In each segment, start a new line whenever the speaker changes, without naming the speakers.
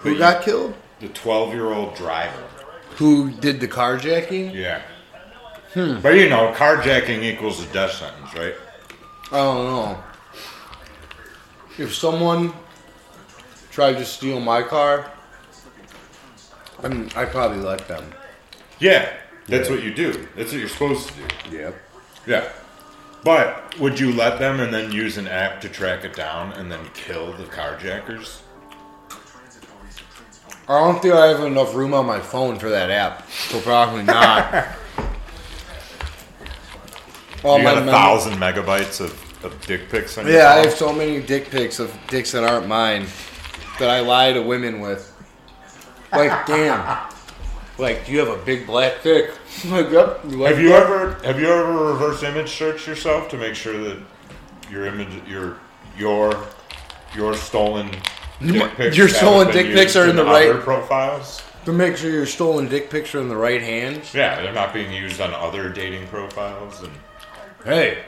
Who got killed?
The 12 year old driver.
Who did the carjacking?
Yeah.
Hmm.
But you know, carjacking equals a death sentence, right?
I don't know. If someone tried to steal my car, I mean, I probably let them.
Yeah. That's what you do. That's what you're supposed to do.
Yep.
Yeah. But would you let them and then use an app to track it down and then kill the carjackers?
I don't think I have enough room on my phone for that app, so probably not. All
you got a
mem-
thousand megabytes of, of dick pics on your
Yeah, I
phone?
have so many dick pics of dicks that aren't mine that I lie to women with. Like, damn. Like, do you have a big black dick? I'm like, yep. like
Have you
that?"
ever have you ever reverse image searched yourself to make sure that your image your your your stolen dick pics
your
haven't
stolen
been
dick
used
pics are in the
other
right-
profiles?
To make sure your stolen dick pics are in the right hands.
Yeah, they're not being used on other dating profiles and
Hey,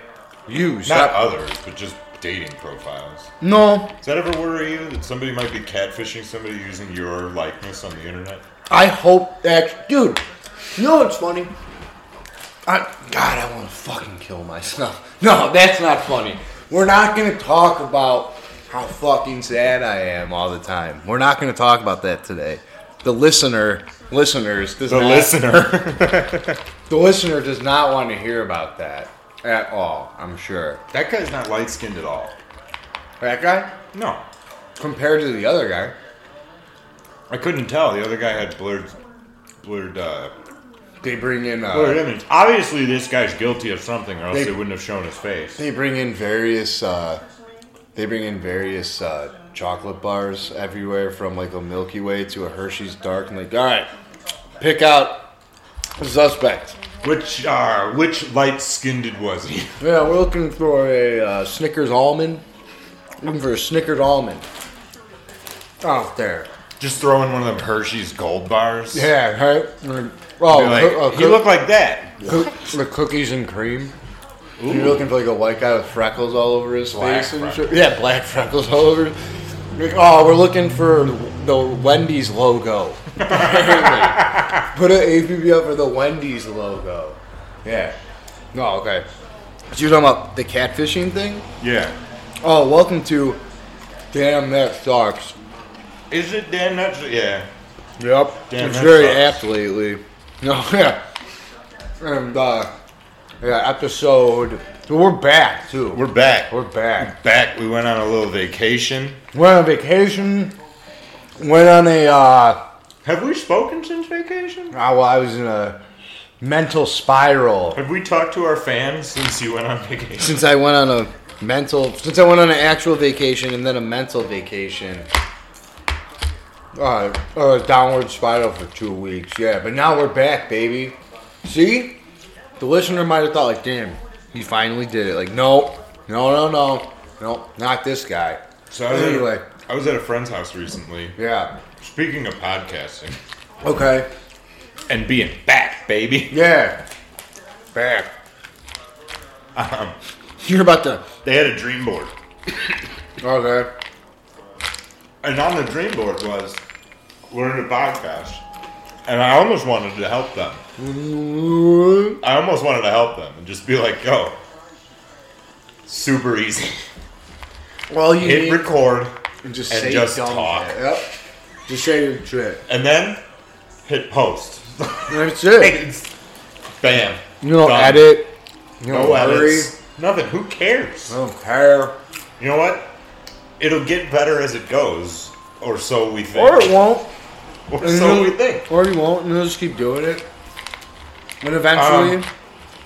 you
not
stop.
others, but just dating profiles.
No,
Does that ever worry you that somebody might be catfishing somebody using your likeness on the internet?
I hope that, dude. You know what's funny? I God, I want to fucking kill myself. No, that's not funny. We're not gonna talk about how fucking sad I am all the time. We're not gonna talk about that today. The listener, listeners, does
The
not,
listener.
the listener does not want to hear about that at all. I'm sure
that guy's not light skinned at all.
that guy
No.
compared to the other guy.
I couldn't tell. The other guy had blurred blurred uh
They bring in
blurred
uh,
image. Obviously this guy's guilty of something or else
They-
they, wouldn't have shown his face.
they bring in various uh, they bring in various uh, chocolate bars everywhere from like a Milky Way to a Hershey's Dark and like all right, pick out the suspect.
Which uh which light skinned was he?
Yeah, we're looking for a uh, Snickers almond. Looking for a Snickers almond out there.
Just throwing one of them Hershey's gold bars.
Yeah, right. Mm,
Be
Oh,
like,
coo- uh,
he
coo-
looked like that.
coo- the cookies and cream. You're looking for like a white guy with freckles all over his
Black
face and
freckles.
shit. Yeah, black freckles all over. Like, oh, we're looking for the Wendy's logo. Put an APB up for the Wendy's logo. Yeah. No, okay. So you're talking about the catfishing thing?
Yeah.
Oh, welcome to Damn That Sucks.
Is it damn nuts? Yeah.
Yep.
Damn,
it's
that
very
sucks.
apt lately. No, yeah. And, uh, yeah, episode. So we're back, too.
We're back.
we're back.
back. We went on a little vacation.
Went on vacation. Went on a, uh,
Have we spoken since vacation?
I- well, I was in a mental spiral.
Have we talked to our fans since you went on vacation?
Since I went on a mental, since I went on an actual vacation and then a mental vacation. Uh, uh, downward spiral for two weeks, yeah. But now we're back, baby. See? The listener might have thought, like, damn, he finally did it. Like, nope, no, no, no, no, not this guy.
So I was,
Anyway.
at, I was at a friend's house recently.
Yeah.
Speaking of podcasting
Okay.
and being back, baby.
Yeah. Back.
Um,
You're about to.
they had a dream board,
Okay.
and on the dream board was we're in a podcast, and I almost wanted to help them. I almost wanted to help them and just be like, "Yo, super easy.
Well, you
Hit
need
record
and just
and
say
just
dumb
talk.
shit. Yep. Just say your shit.
and then hit post."
That's it.
It's- Bam.
You don't
Done.
edit. You don't
No
worry.
edits. Nothing. Who cares?
I don't care.
You know what? It'll get better as it goes, or so we think.
Or it won't. Mm-hmm.
Or
And
so
you'll-
we think.
Or you won't, and you'll just keep doing it. And eventually,
Um,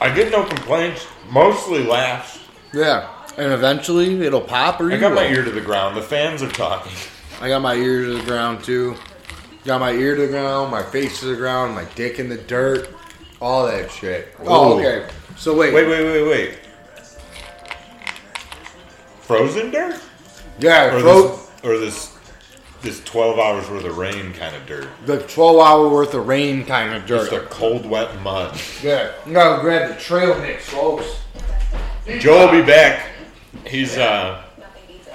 I get no complaints. Mostly laughs.
yeah. And eventually, it'll pop or
I
you
got my
won't.
ear to the ground. The fans are talking.
I got my ear to the ground too. Got my ear to the ground, my face to the ground, my dick in the dirt, all that shit. Oh,
Ooh.
okay. So wait,
Wait, wait, wait, wait. Frozen dirt?
yeah,
Or
fro-
this, or this, this twelve hours worth of rain kind of dirt.
the twelve-hour worth of rain kind of dirt.
Just a cold, wet mud.
Yeah, you gotta grab the trail mix, folks.
Joe will be back. He's uh,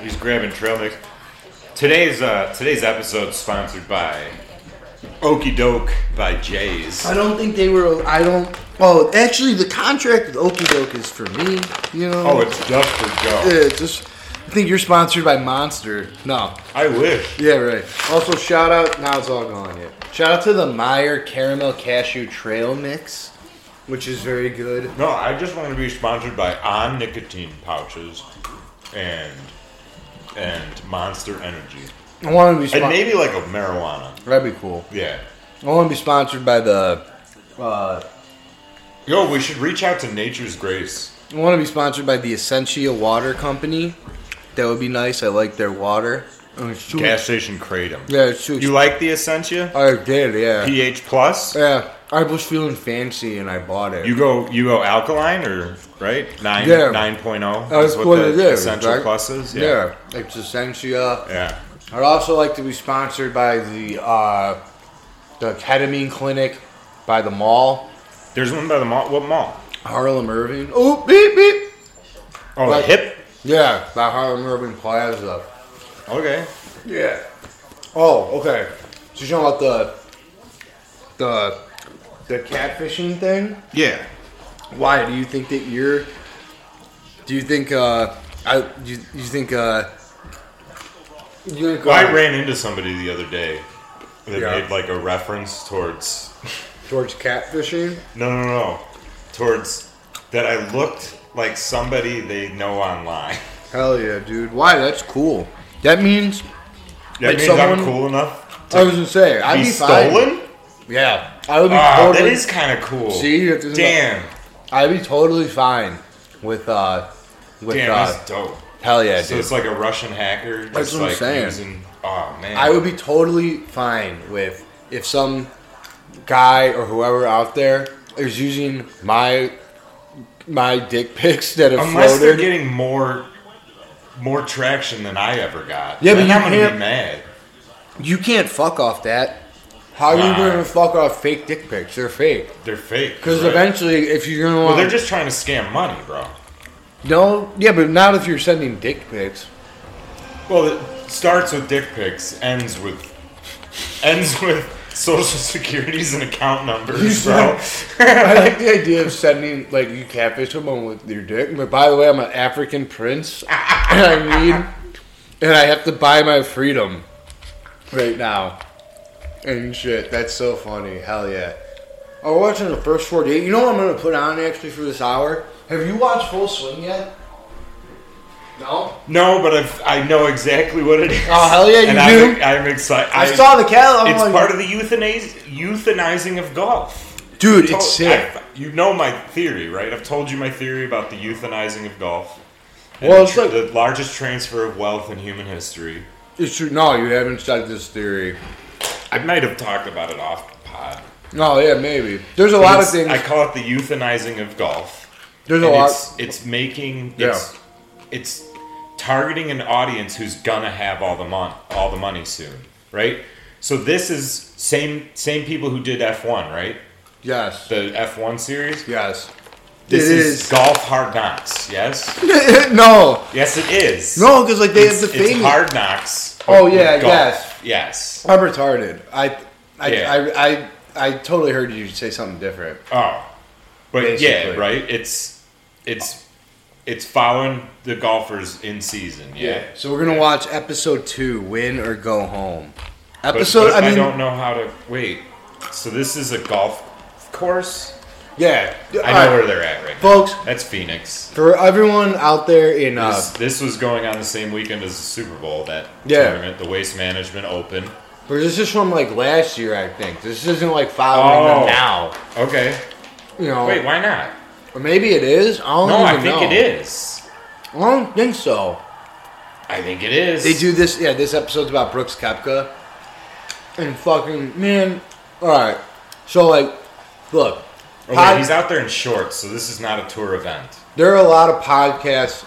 he's grabbing trail mix. Today's uh, today's episode sponsored by Okey Doke by Jays.
I don't think they were. I don't. Oh, actually, the contract with Okie Doke is for me. You know.
Oh, it's just for Joe.
Yeah, it's just. I think you're sponsored by Monster. No.
I wish.
Yeah, right. Also, shout out. Now it's all gone yet. Shout out to the Meyer Caramel Cashew Trail Mix, which is very good.
No, I just want to be sponsored by On Nicotine Pouches and and Monster Energy.
I want to be.
And
Spon-
maybe like a marijuana.
That'd be cool.
Yeah.
I want to be sponsored by the. Uh,
Yo, we should reach out to Nature's Grace.
I want to be sponsored by the Essentia Water Company. That would be nice. I like their water. Oh, it's too
Gas station Kratom.
Yeah, it's too.
You like the Essentia?
I did, yeah.
pH plus?
Yeah, I was feeling fancy and I bought it.
You go you go alkaline or right? Nine
Yeah.
nine point oh
That's
is what,
what
the
it is,
essential
right?
plus is? Yeah.
yeah. it's Essentia.
Yeah.
I'd also like to be sponsored by the uh, the ketamine clinic by the mall,
There's one by the mall what mall?
Harlem Irving. Oh, beep beep.
Oh
Like-
hip?
Yeah, by Harlem Irving Plaza.
Okay.
Yeah. Oh, okay. So you know about the the the catfishing thing?
Yeah.
Why do you think that you're? Do you think? uh I do you, you think? uh you think,
Well, I
uh,
ran into somebody the other day that
Yeah.
made like a reference towards
towards catfishing?
no no no towards that I looked like somebody they know online.
Hell yeah, dude! Why? That's cool. That means
That
Like
means
someone-
I'm cool enough
I was gonna say I'd
to be
be fine.
stolen.
Yeah, I would be
Ah,
totally.
that is kind of cool.
See, if there's
damn,
I'd be totally fine with uh with
damn,
uh
that's dope.
hell yeah,
So
dude.
it's like a Russian hacker. Just
That's what I'm
like
saying.
Using, oh man,
I would be totally fine with if some guy or whoever out there is using my my dick pics that have
unless they're
floated.
getting more more traction than I ever got.
Yeah, but
then
you
I'm gonna
can't-
be mad.
you can't fuck off that. How are you
Nah.
going to fuck off fake dick pics? They're fake.
They're fake.
Because
right?
eventually, if you're going to
well,
want
they're just trying to scam money, bro.
no, yeah, but not if you're sending dick pics.
Well, it starts with dick pics, ends with ends with social securities and account numbers, bro.
I like the idea of sending like you catfish someone with your dick. But by the way, I'm an African prince, and I need, and I have to buy my freedom right now. And shit, that's so funny. Hell yeah! I'm watching the first 48. You know what I'm gonna put on actually for this hour? Have you watched Full Swing yet? No.
no, but I've, I know exactly what it is.
Oh, hell yeah, you
and
do?
I'm, I'm excited.
I, saw the cat. I'm
It's
like,
part of the euthanize, euthanizing of golf.
dude,
Told-
it's sick.
I've- you know my theory, right? I've told you my theory about the euthanizing of golf. And
Well,
the
it's
tr-
like-
the largest transfer of wealth in human history.
It's true. No, you haven't studied this theory.
I might have talked about it off pod.
No, yeah, maybe. There's a lot of
It's-
things.
I call it the euthanizing of golf.
There's a
And
lot.
it's, it's making it's it's targeting an audience who's gonna have all the mon- all the money soon, right? So this is same same people who did F one, right?
yes.
The F one series.
Yes.
This
It
is
is.
golf hard knocks. Yes.
no,
Yes, it is.
no, because like they have the
it's, it's
thing.
hard knocks.
Oh,
with
yeah,
golf.
yes.
yes.
I'm retarded. I, I,
Yeah.
I, I, I totally heard you say something different.
Oh, but
Basically.
yeah, right. It's it's it's following the golfers in season. Yeah,
So we're gonna watch episode two, win or go home.
But,
Episode.
but
I mean,
don't know how to wait. So this is a golf course.
yeah.
I know
Alright,
where they're at right now.
folks.
That's Phoenix.
For everyone out there in uh,
This, this was going on the same weekend as the Super Bowl. That
Yeah.
tournament, the Waste Management Open.
for- this is from like last year, I think. This isn't like following
Oh.
them now.
Okay,
You know,
wait, why not?
Or maybe it is. I don't
No,
even
I think
know.
it is.
I don't think so.
I think it is.
They do this. Yeah, this episode's about Brooks Koepka. And fucking man, all right. So like, look,
Oh,
pod-
wait, he's out there in shorts, so this is not a tour event.
there are a lot of podcast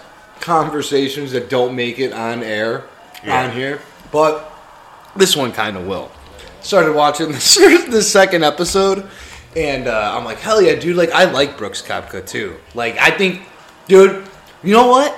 conversations that don't make it on air
Yeah.
on here, but this one kind of will. Started watching this, this second episode, and uh, I'm like, hell yeah, dude! Like, I like Brooks Koepka too. Like, I think, dude, you know what?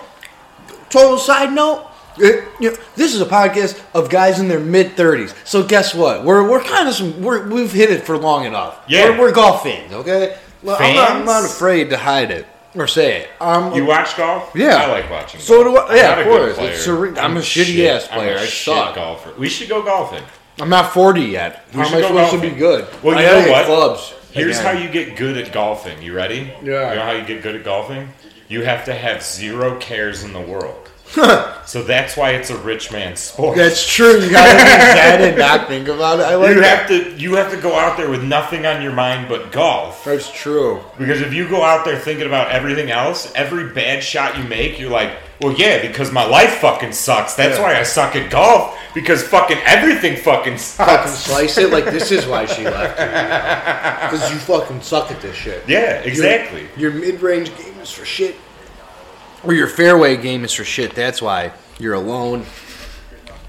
Total side note, It- you know, this is a podcast of guys in their mid thirties. So guess what? We're we're kind of some we're, we've hit it for long enough.
Yeah.
we're, we're golf fans. Okay, Well, I'm, not, I'm not
Fans?
afraid to hide it or say it. I'm
You watch golf?
Oh. Yeah.
I like watching.
So
golf.
do I-
I'm
yeah,
not a
of
good
course.
player.
It's a re- I'm a shitty
shit.
ass player.
I'm a
I
shit
suck.
golfer. We should go golfing.
I'm not forty yet.
We
How am
should
I
go
supposed to
golfing.
be good?
Well,
I
you
gotta
know
get
what?
Clubs.
Here's
Again.
how you get good at golfing. You ready?
Yeah.
You know how you get good at golfing? You have to have zero cares in the world. so that's why it's a rich man's sport.
That's true. You gotta be sad and not think about it. I like
you
that.
have to you have to go out there with nothing on your mind but golf.
That's true.
Because if you go out there thinking about everything else, every bad shot you make, you're like, well, yeah, because my life fucking sucks. That's
Yeah.
why I suck at golf because fucking everything
Fucking
fucking sucks.
slice it like this is why she left. Because you fucking suck at this shit.
yeah, exactly.
Your, your mid-range game is for shit. Or your fairway game is for shit. That's why you're alone.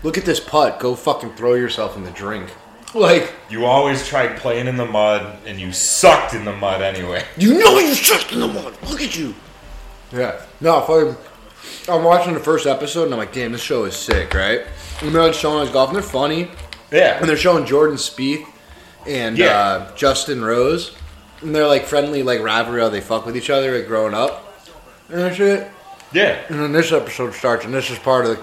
Look at this putt. Go fucking throw yourself in the drink. Like
You always tried playing in the mud and you sucked in the mud anyway.
you know you suck in the mud. Look at you. Yeah. No, fucking. I'm watching the first episode and I'm like, damn, this show is sick, right? And they're showing us golf and they're funny.
Yeah.
and they're showing Jordan Spieth and
Yeah.
uh, Justin Rose, and they're like friendly, like rivalry, how they fuck with each other, like growing up and shit.
Yeah.
And then this episode starts, and this is part of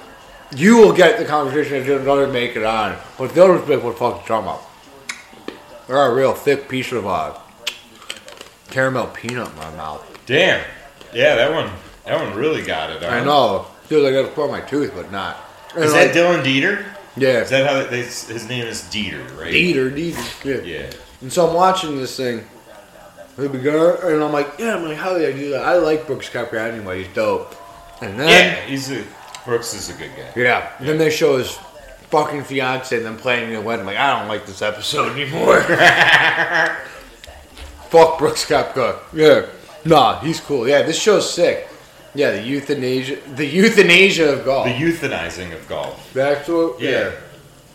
the. You will get the conversation if you don't make it on, but the other people would fucking talking about. They're a real thick piece of uh, caramel peanut in my mouth.
Damn. Yeah, that one. That one really got it. huh?
I know, dude. I gotta claw my tooth, but not. And
Is
like-
that Dylan Dieter?
yeah,
Is that how they, his name is Dieter, right?
Dieter, Dieter, yeah.
Yeah.
And so I'm watching this thing. Here we go. And I'm like, yeah, I'm like, how did I do that? I like Brooks Koepka anyway. He's dope. And then,
Yeah. He's a Brooks is a good guy.
yeah. Then they show his fucking fiance and then playing in the wedding. Like, I don't like this episode anymore. Fuck Brooks Koepka. Yeah. Nah, he's cool. Yeah, this show's sick. Yeah, the euthanasia, the euthanasia of golf.
The euthanizing of golf.
That's what.
Yeah.
Yeah.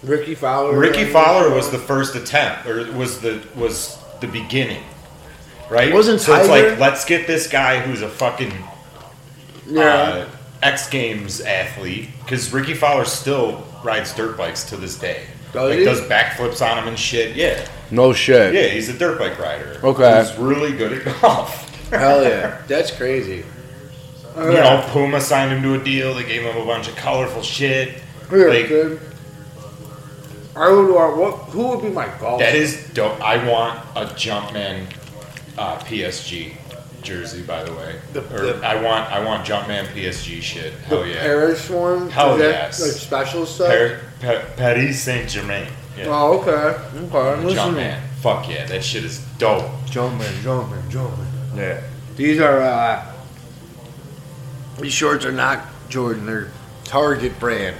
Ricky Fowler.
Ricky Fowler was the first attempt, or was the was the beginning, right?
Wasn't
so. It's
Tiger-
like let's get this guy who's a fucking
Yeah.
uh, X Games athlete because Ricky Fowler still rides dirt bikes to this day.
Does
like
he?
does backflips on them and shit. Yeah,
no shit.
yeah, he's a dirt bike rider.
Okay.
he's really good at golf.
Hell yeah. That's crazy.
you know, Puma signed him to a deal. They gave him a bunch of colorful shit.
Yeah,
Like,
dude. I would want what? Who would be my golf?
That is dope. I want a Jumpman uh, PSG jersey, by the way.
The-
or
the-
I want I want Jumpman PSG shit.
the
Hell Oh, yeah.
Paris one.
Hell
Is that,
yes.
Like special stuff.
Par- Pa- Paris Saint Germain. Yeah.
Oh, okay. Okay. Listen,
Jumpman. Fuck yeah, that shit is dope.
Jumpman, Jumpman, Jumpman. Yeah. These are. uh These shorts are not Jordan. They're Target brand.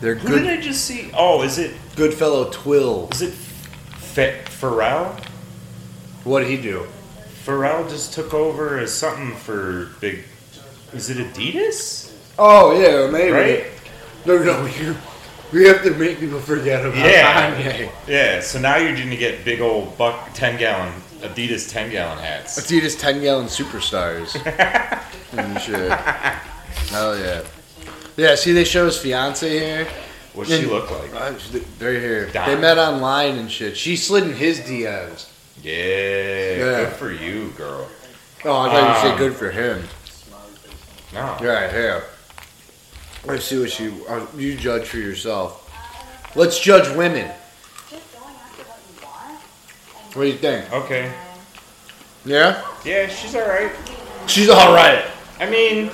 They're
Who
good.
did I just see? Oh, is it
Good fellow Twill.
is it Fe- Pharrell?
What'd he do?
Pharrell just took over as something for big. Is it Adidas?
Oh yeah, maybe.
Right?
No, no. You, we have to make people forget about
Yeah.
Kanye.
Yeah. So now you're gonna get big old buck ten gallon Adidas ten gallon hats.
Let's eat his 10 gallon superstars. and shit. Hell yeah. Yeah, see, they show his fiance here.
What's she
And-
look like?
Uh, They're here.
Dime.
They met online and shit. She slid in his DMs.
Yeah,
Yeah.
good for you, girl.
Oh, I thought you
Um,
said good for him.
No,
Right here. Let's see what you uh, you judge for yourself. Let's judge women. What do you think?
okay,
Yeah,
yeah, she's all right.
she's all right.
I mean,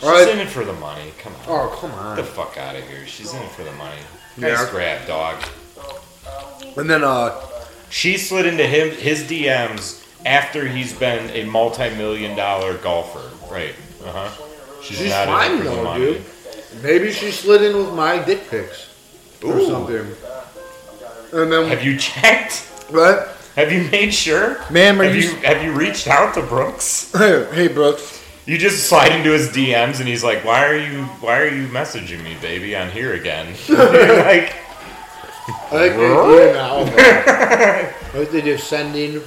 she's
All right.
in it for the money. Come on,
Oh come
get the
on.
fuck out of here. She's in it for the money.
Yeah.
Nice grab, dog.
And then uh,
She slid into him his DMs after he's been a multi-million dollar golfer. Right. Uh huh. She's,
she's
not in it
fine
for the
though,
money.
dude. Maybe she slid in with my dick pics. or
Ooh.
something. And then
Have you checked?
what?
Have you made sure?
Ma'am, are
have
you-
you have you reached out to Brooks?
Hey, hey Brooks.
You just slide into his DMs and he's like, "Why are you? Why are you messaging me, baby? I'm here again." You're like,
I think they do now. I think they do sending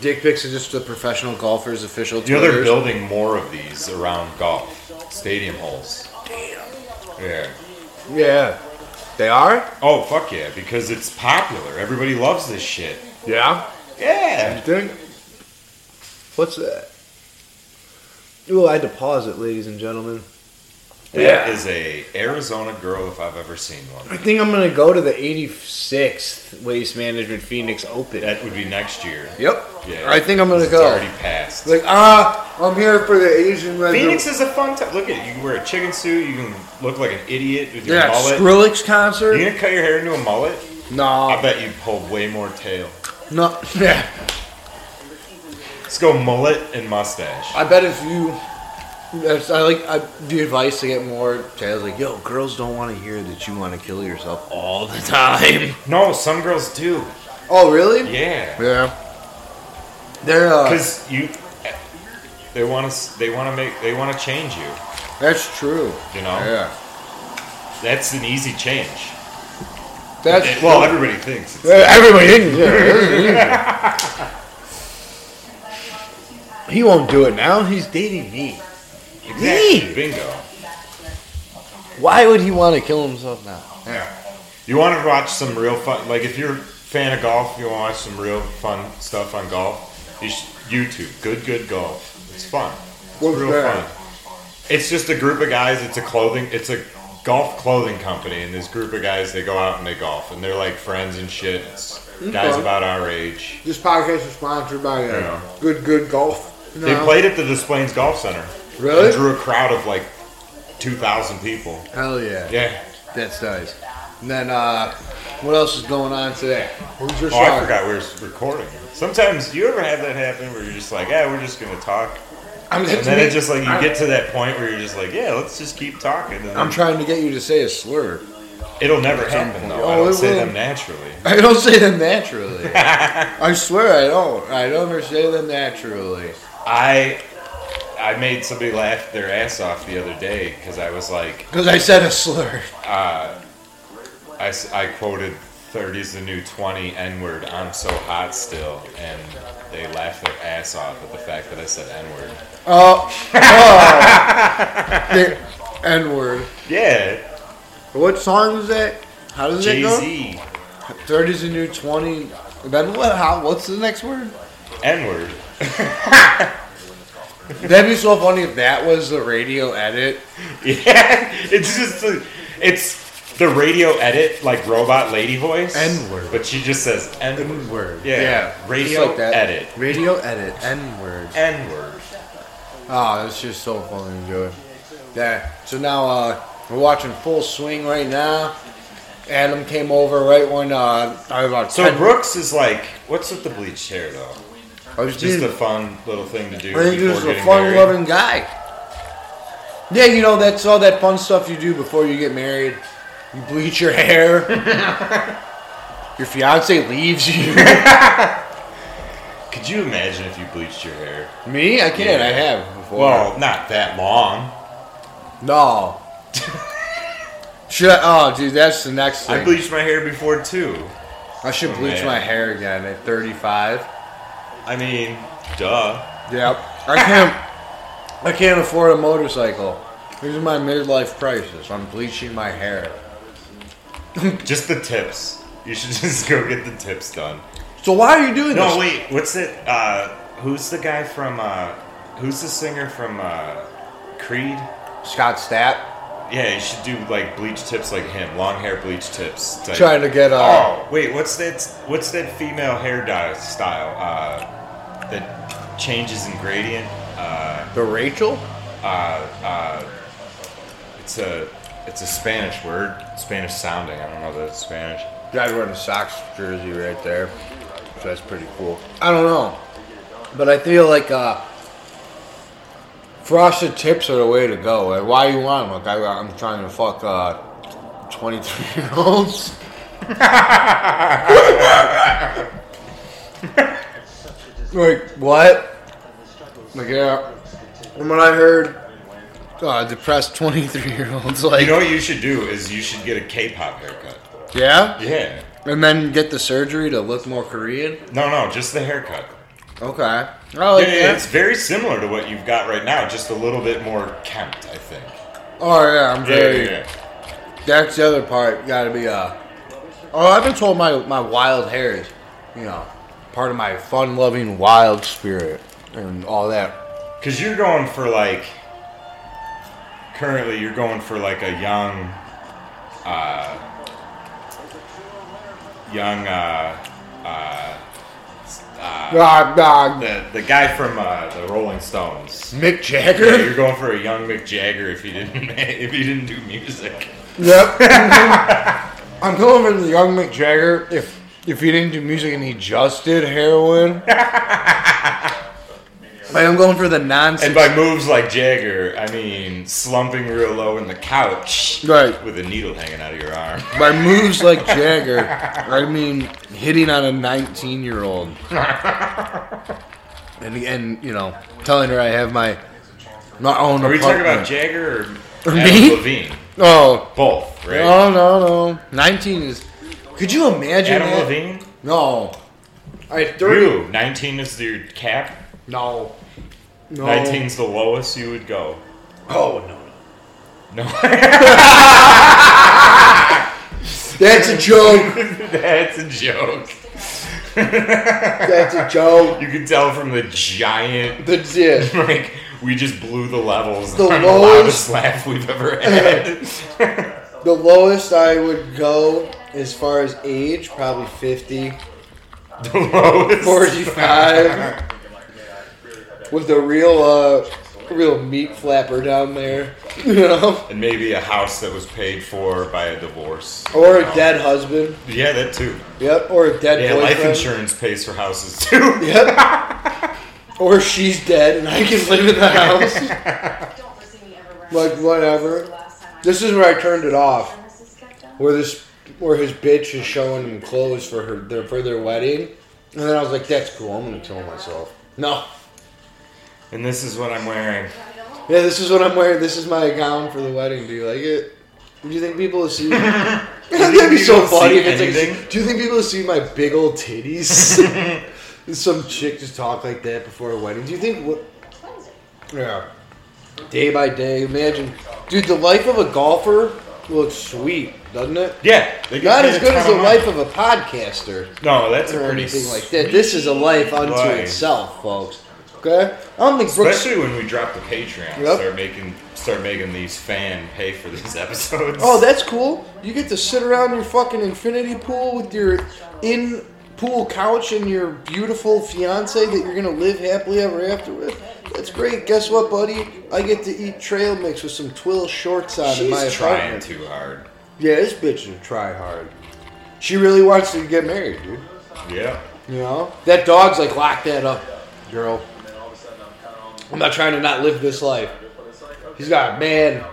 dick pics is just the professional golfers official.
you know, they're
Twitters.
building more of these around golf. stadium holes.
Damn.
Yeah.
Yeah. They are?
Oh fuck yeah! Because it's popular. Everybody loves this shit.
Yeah. You
Yeah.
think? What's that? Ooh, I had to pause it, ladies and gentlemen.
That is a Arizona girl if I've ever seen
I
one.
think I'm gonna go to the 86th Waste Management Phoenix Open.
That would be next year.
yep.
Yeah.
I think I'm gonna
It's
go.
already passed.
Like ah, I'm here for the Asian Red
Phoenix is a fun time. Look at it. You can wear a chicken suit. You can look like an idiot with your
Yeah,
mullet.
Skrillex concert.
You gonna cut your hair into a mullet? I
No,
bet you'd pull way more tail.
no. Yeah,
Let's go mullet and mustache.
I bet if you, that's, I like I, the advice to get more. I was like, yo, girls don't want to hear that you want to kill yourself all the time.
No, some girls do.
Oh, really?
Yeah,
Yeah. They're uh,
because you, they want to, they want to make, they want to change you.
that's true.
You know?
Yeah.
That's an easy change.
That's
It- well, everybody thinks. It's,
Yeah, Everybody in. he won't do it now. He's dating me.
exactly. Bingo.
Why would he want to kill himself now?
Yeah. You want to watch some real fun? Like if you're a fan of golf, you want to watch some real fun stuff on golf. You should, YouTube, good, good golf. It's fun. It's
What's
real
that?
fun. It's just a group of guys. It's a clothing. It's a golf clothing company, and this group of guys they go out and they golf, and they're like friends and shit. It's guys
Okay.
about our age.
This podcast is sponsored by uh,
Yeah.
Good Good Golf.
They played at the Des Plaines Golf Center.
Really?
And drew a crowd of like two thousand people.
Hell yeah.
Yeah.
That's nice. And then, uh, what else is going on today? Who's your
Oh, I
song?
forgot we were recording. Sometimes do you ever have that happen where you're just like, yeah, we're just gonna talk,
I'm,
and then it just like you get to that point where you're just like, yeah, let's just keep talking. And
I'm
then
trying to get you to say a slur.
it'll never happen though. I
Oh, it
don't say
will.
them naturally.
I don't say them naturally. I swear I don't. I don't say them naturally.
I I made somebody laugh their ass off the other day because I was like, uh,
Because I said a slur.
I, s- I quoted 30's the new 20 N word. I'm so hot still, and they laughed their ass off at the fact that I said N word.
Oh. oh. the N word.
Yeah,
What song is that? How does
Jay
it
Z
go? 30's a new 20. Then what? How, what's the next word?
N word.
That'd be so funny if that was the radio edit.
Yeah, it's just the, it's the radio edit like robot lady voice.
N-word.
But she just says N word. Yeah.
just
Radio
like that.
edit.
Radio edit. N word.
N word.
Oh, that's just so funny, dude. Yeah. So now uh, we're watching Full Swing right now. Adam came over right when uh, I was about
So
10
Brooks is like, what's with the bleached hair though?
I was
Just
doing-
a fun little thing to do
I think
before
you're just a
getting
fun
married.
loving guy. Yeah, you know, that's all that fun stuff you do before you get married. You bleach your hair. your fiance leaves you.
Could you imagine if you bleached your hair?
Me? I can't. I
Yeah.
have before.
Well, not that long.
No. should I, oh, dude, that's the next thing.
I
I,
bleached my hair before too.
should
Oh,
bleach
man.
my hair again at 35.
I mean, duh.
Yep. I can't. I can't afford a motorcycle. These are my midlife prices. I'm bleaching my hair.
Just the tips. You should just go get the tips done.
So why are you doing this?
No, wait. What's it? Uh, who's the guy from? Uh, who's the singer from uh, Creed?
Scott Stapp.
Yeah, you should do like bleach tips like him, long hair bleach tips. Type.
trying to get uh
Oh, wait. What's that? What's that female hair dye style uh, that changes in gradient? Uh,
the Rachel.
it's a it's a Spanish word, Spanish sounding. I don't know that it's Spanish.
Guy wearing a Sox jersey right there, so that's pretty cool. I don't know, but I feel like uh, frosted tips are the way to go. Like, why you want them? Like I, I'm trying to fuck uh, 23 year olds. like what? Like yeah. From what I heard, uh, depressed 23 year olds like
You know what you should do is you should get a K-pop haircut.
yeah.
Yeah.
And then get the surgery to look more Korean.
No, no, just the haircut.
Okay. Oh, I like
yeah, yeah,
that.
it's very similar to what you've got right now, just a little bit more kempt, I think.
Oh yeah, I'm
Yeah,
very.
yeah, yeah.
That's the other part. Got to be uh. Oh, I've been told my my wild hair is, you know, part of my fun loving wild spirit and all that.
Because you're going for like. Currently, you're going for like a young. Uh, young. Uh,
Ah, ah,
the, the guy from uh, the Rolling Stones.
Mick
Yeah,
Jagger.
you're going for a young Mick Jagger if you didn't if you didn't do music.
Yep. I'm going for the young Mick Jagger. If if he didn't do music and he just did heroin. Like I'm going for the
And
nonsense.
by moves like Jagger, I mean slumping real low in the couch
Right.
with a needle hanging out of your arm.
By moves like Jagger, I mean hitting on a 19 year old. And, and, you know, telling her I have my, my own
Are we talking about
apartment.
Jagger or
Or
Adam
me?
Levine?
Oh,
Both, right?
no, no, no. 19 is. Could you imagine?
Adam
that?
Levine?
No. All right, 30.
You, 19 is your cap?
No. No.
19's the lowest you would go.
Oh, no.
No.
That's a joke.
That's a joke.
That's a joke.
You can tell from the giant,
That's it.
like, we just blew the levels.
The
on
lowest-
loudest laugh we've ever had.
The lowest I would go as far as age, probably 50.
the lowest.
45 with a real uh real meat flapper down there you know
And maybe a house that was paid for by a divorce.
or a
You know?
dead husband
Yeah, that too.
yep or a dead
Yeah,
boyfriend
life insurance pays for houses too.
yep or she's dead and i can live in the house
Like whatever.
this is where i turned it off
Where
where this where his bitch is showing him clothes for her their, for their wedding and then i was like that's cool i'm gonna kill myself no
And this is what I'm wearing.
yeah this is what i'm wearing this is my gown for the wedding do you like it do you think people will see That'd be so
People see
funny if it's
anything?
like, do you think people see my big old titties? Some chick just talk like that before a wedding. Do you think what? Yeah. Day by day, imagine, dude. The life of a golfer looks sweet, doesn't it?
Yeah, they get
Not
paid
as
a
good
ton
as the
money.
life of a podcaster
No, that's a
or
pretty
anything like that. This is a life unto
life.
itself, folks. Okay. I don't think Brooks.
Especially when we drop the Patreon,
Yep.
start making start making these fan pay for these episodes.
Oh, that's cool. You get to sit around your fucking infinity pool with your in pool couch and your beautiful fiance that you're gonna live happily ever after with. That's great. Guess what, buddy? I get to eat trail mix with some twill shorts on in my
she's trying
apartment.
too hard.
Yeah, this bitch is try hard. She really wants to get married, dude.
Yeah,
You know that dog's like lock that up, girl. I'm not trying to not live this life. He's got a man.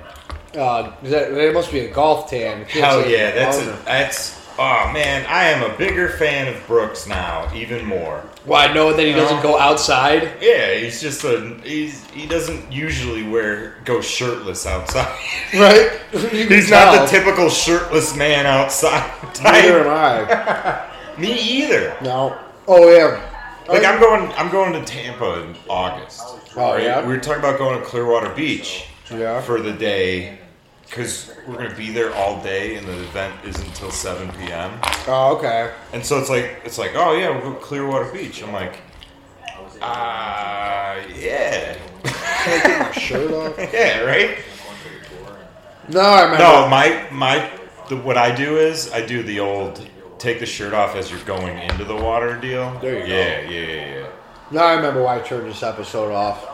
Uh, is that, that must be a golf tan. You can't
hell
say
yeah, that's
golfer.
a, that's. Oh man, I am a bigger fan of Brooks now, even more.
Well, I know that he doesn't go outside.
Yeah, he's just a he's he doesn't usually wear go shirtless outside.
Right? You can
he's not
tell.
the typical shirtless man outside.
Neither
Type.
am
Me either.
I. No. Oh yeah.
Like I'm going I'm going to Tampa in August.
Oh, yeah?
We were talking about going to Clearwater Beach
Yeah.
for the day because we're gonna be there all day and the event is until 7 p.m.
Oh okay.
And so it's like it's like oh yeah we'll go to Clearwater Beach. I'm like ah yeah
Can I take my shirt off?
yeah right.
No, I remember.
No, my my the, what I do is I do the old take the shirt off as you're going into the water deal.
There you go.
yeah, Yeah, yeah, yeah.
Now I remember why I turned this episode off.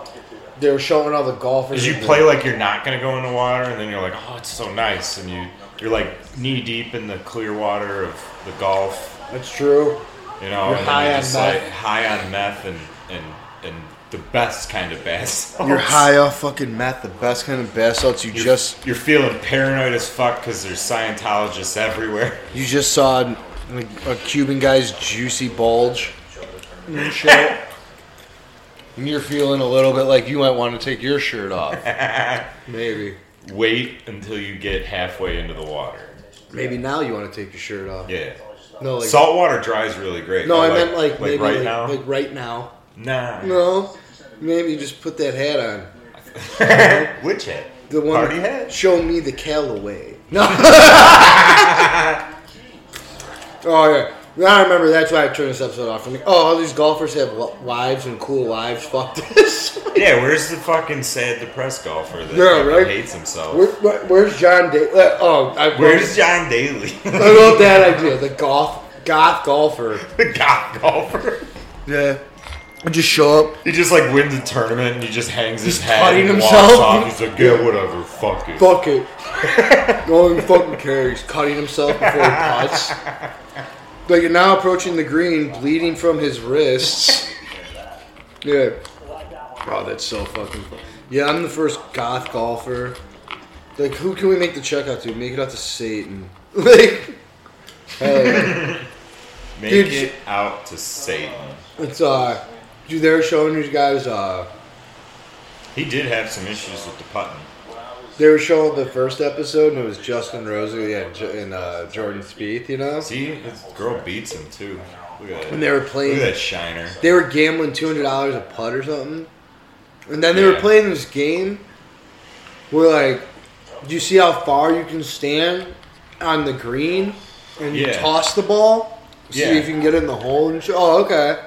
They were showing all the golfers.
Because you play like you're not gonna go in the water, and then you're like, oh, it's so nice, and you you're like knee deep in the clear water of the golf,
That's true.
you know,
You're
and then
high on
just
meth.
like high on meth and and and the best kind of bass.
You're high off fucking meth, the best kind of bass salts. You
You're,
just
you're feeling paranoid as fuck because there's Scientologists everywhere.
you just saw an- a, a Cuban guy's juicy bulge and shit. and you're feeling a little bit like you might want to take your shirt off. Maybe.
Wait until you get halfway into the water.
Maybe now you want to take your shirt off.
Yeah.
No, like
Salt water dries really great.
no,
but,
I meant like, maybe
right
like,
now.
like right now.
nah.
No, maybe just put that hat on.
Which hat?
The one
Party hat?
show me the Callaway. No. oh yeah. Now I remember that's why I turned this episode off. I'm like, oh, all these golfers have li- wives and cool lives. Fuck this.
Yeah, where's the fucking sad, depressed golfer that
Yeah,
fucking
right?
hates himself?
Where, where- where's John Day? uh, oh, I wrote,
where's John Daly?
I wrote that idea. The golf goth golfer.
the goth golfer.
Yeah. Just show up.
He just like wins a tournament and he just hangs his
He's
head
cutting
and walks
himself.
off. He's like, yeah, whatever, fuck it.
Fuck it. no one fucking cares. Cutting himself before he putts. But you're now approaching the green, bleeding from his wrists. Yeah. Oh, that's so fucking fun. Yeah, I'm the first goth golfer. Like, who can we make the check out to? Make it out to Satan. Like, hell yeah.
Make
Dude,
it out to Satan.
it's uh, dude, they're showing these guys uh,
He did have some issues with the putting.
they were showing the first episode and it was Justin Rosie and, Jo- and uh, Jordan Spieth, you know.
See, this girl beats him too. Look at that.
When they were
Look at
playing
that shiner.
they were gambling two hundred dollars a putt or something, and then they were
Yeah.
playing this game where like, do you see how far you can stand on the green, and you
Yeah.
toss the ball, see
Yeah.
if you can get it in the hole and shit. Oh, okay.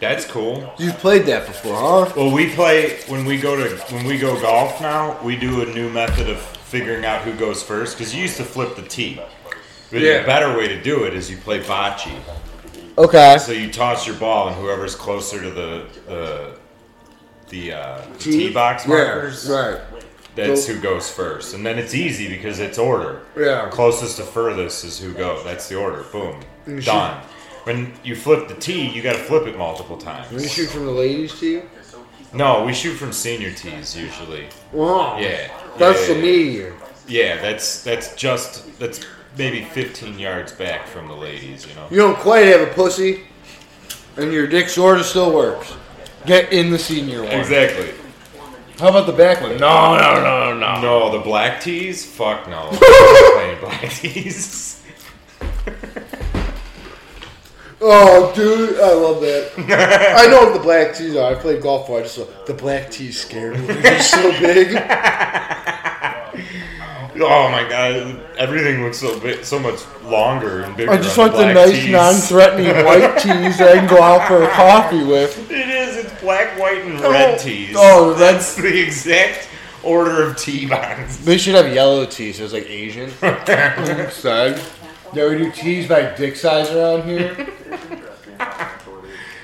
That's cool.
You've played that before, huh?
Well, we play when we go to when we go golf now. We do a new method of figuring out who goes first because you used to flip the tee. But
Yeah.
the better way to do it is you play bocce.
Okay.
So you toss your ball, and whoever's closer to the the the uh, the
Tee?
tee box
Yeah,
markers,
right.
that's who goes first. And then it's easy because it's order.
Yeah.
Closest to furthest is who go. That's the order. Boom.
And shoot-
Done. When you flip the tee, you got to flip it multiple
Can you
times.
shoot from the ladies' tee?
No, we shoot from senior tees usually.
Wow.
Yeah.
That's
yeah,
the median.
Yeah, that's that's just that's maybe 15 yards back from the ladies. You know.
You don't quite have a pussy, and your dick sort of still works. Get in the senior one.
Exactly.
How about the back one? No, no, no.
No, the black tees? Fuck no. I'm not playing black tees.
Oh, dude, I love that. I know what the black tees are. I played golf before. I just saw the black tees scared me. They're so big.
Oh my god, everything looks so big, so much longer and bigger.
I just
on
want the
black
nice,
tees.
non-threatening white tees that I can go out for a coffee with.
It is. It's black, white, and red tees.
Oh,
that's the exact order of tee bonds.
They should have yellow tees. It's like Asian. Side. Yeah, we do tees by dick size around here.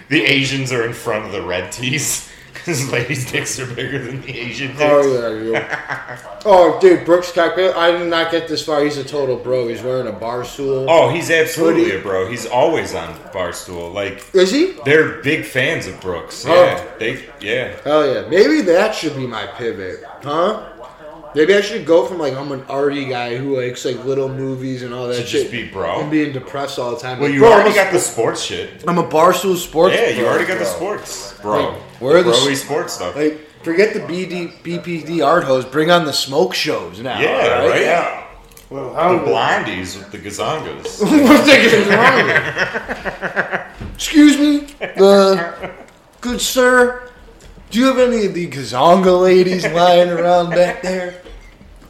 The Asians are in front of the red tees because ladies' dicks are bigger than the Asian dicks.
Oh yeah, yeah. Oh, dude, Brooks Cockpit. I did not get this far. He's a total bro. He's wearing a bar stool.
Oh, he's absolutely a bro. He's always on barstool. Like
Is he?
they're big fans of Brooks. Yeah,
Oh.
they. Yeah,
Hell yeah. Maybe that should be my pivot. Huh? Maybe I should go from like I'm an arty guy who likes like little movies and all that
to
shit.
just be bro.
I'm being depressed all the time.
Well,
Like,
you
bro,
already
I'm a-
got the sports shit.
I'm a barstool sports.
Yeah, you
bro,
already got the
bro.
sports, bro.
Like, where are the
broy
s-
sports stuff?
Like, forget the BD, BPD art hose. Bring on the smoke shows now.
yeah,
all
right.
right?
Yeah. the blindies with the gazongas.
What the heck is wrong with you? Excuse me, uh, good sir. Do you have any of the Kazonga ladies lying around back there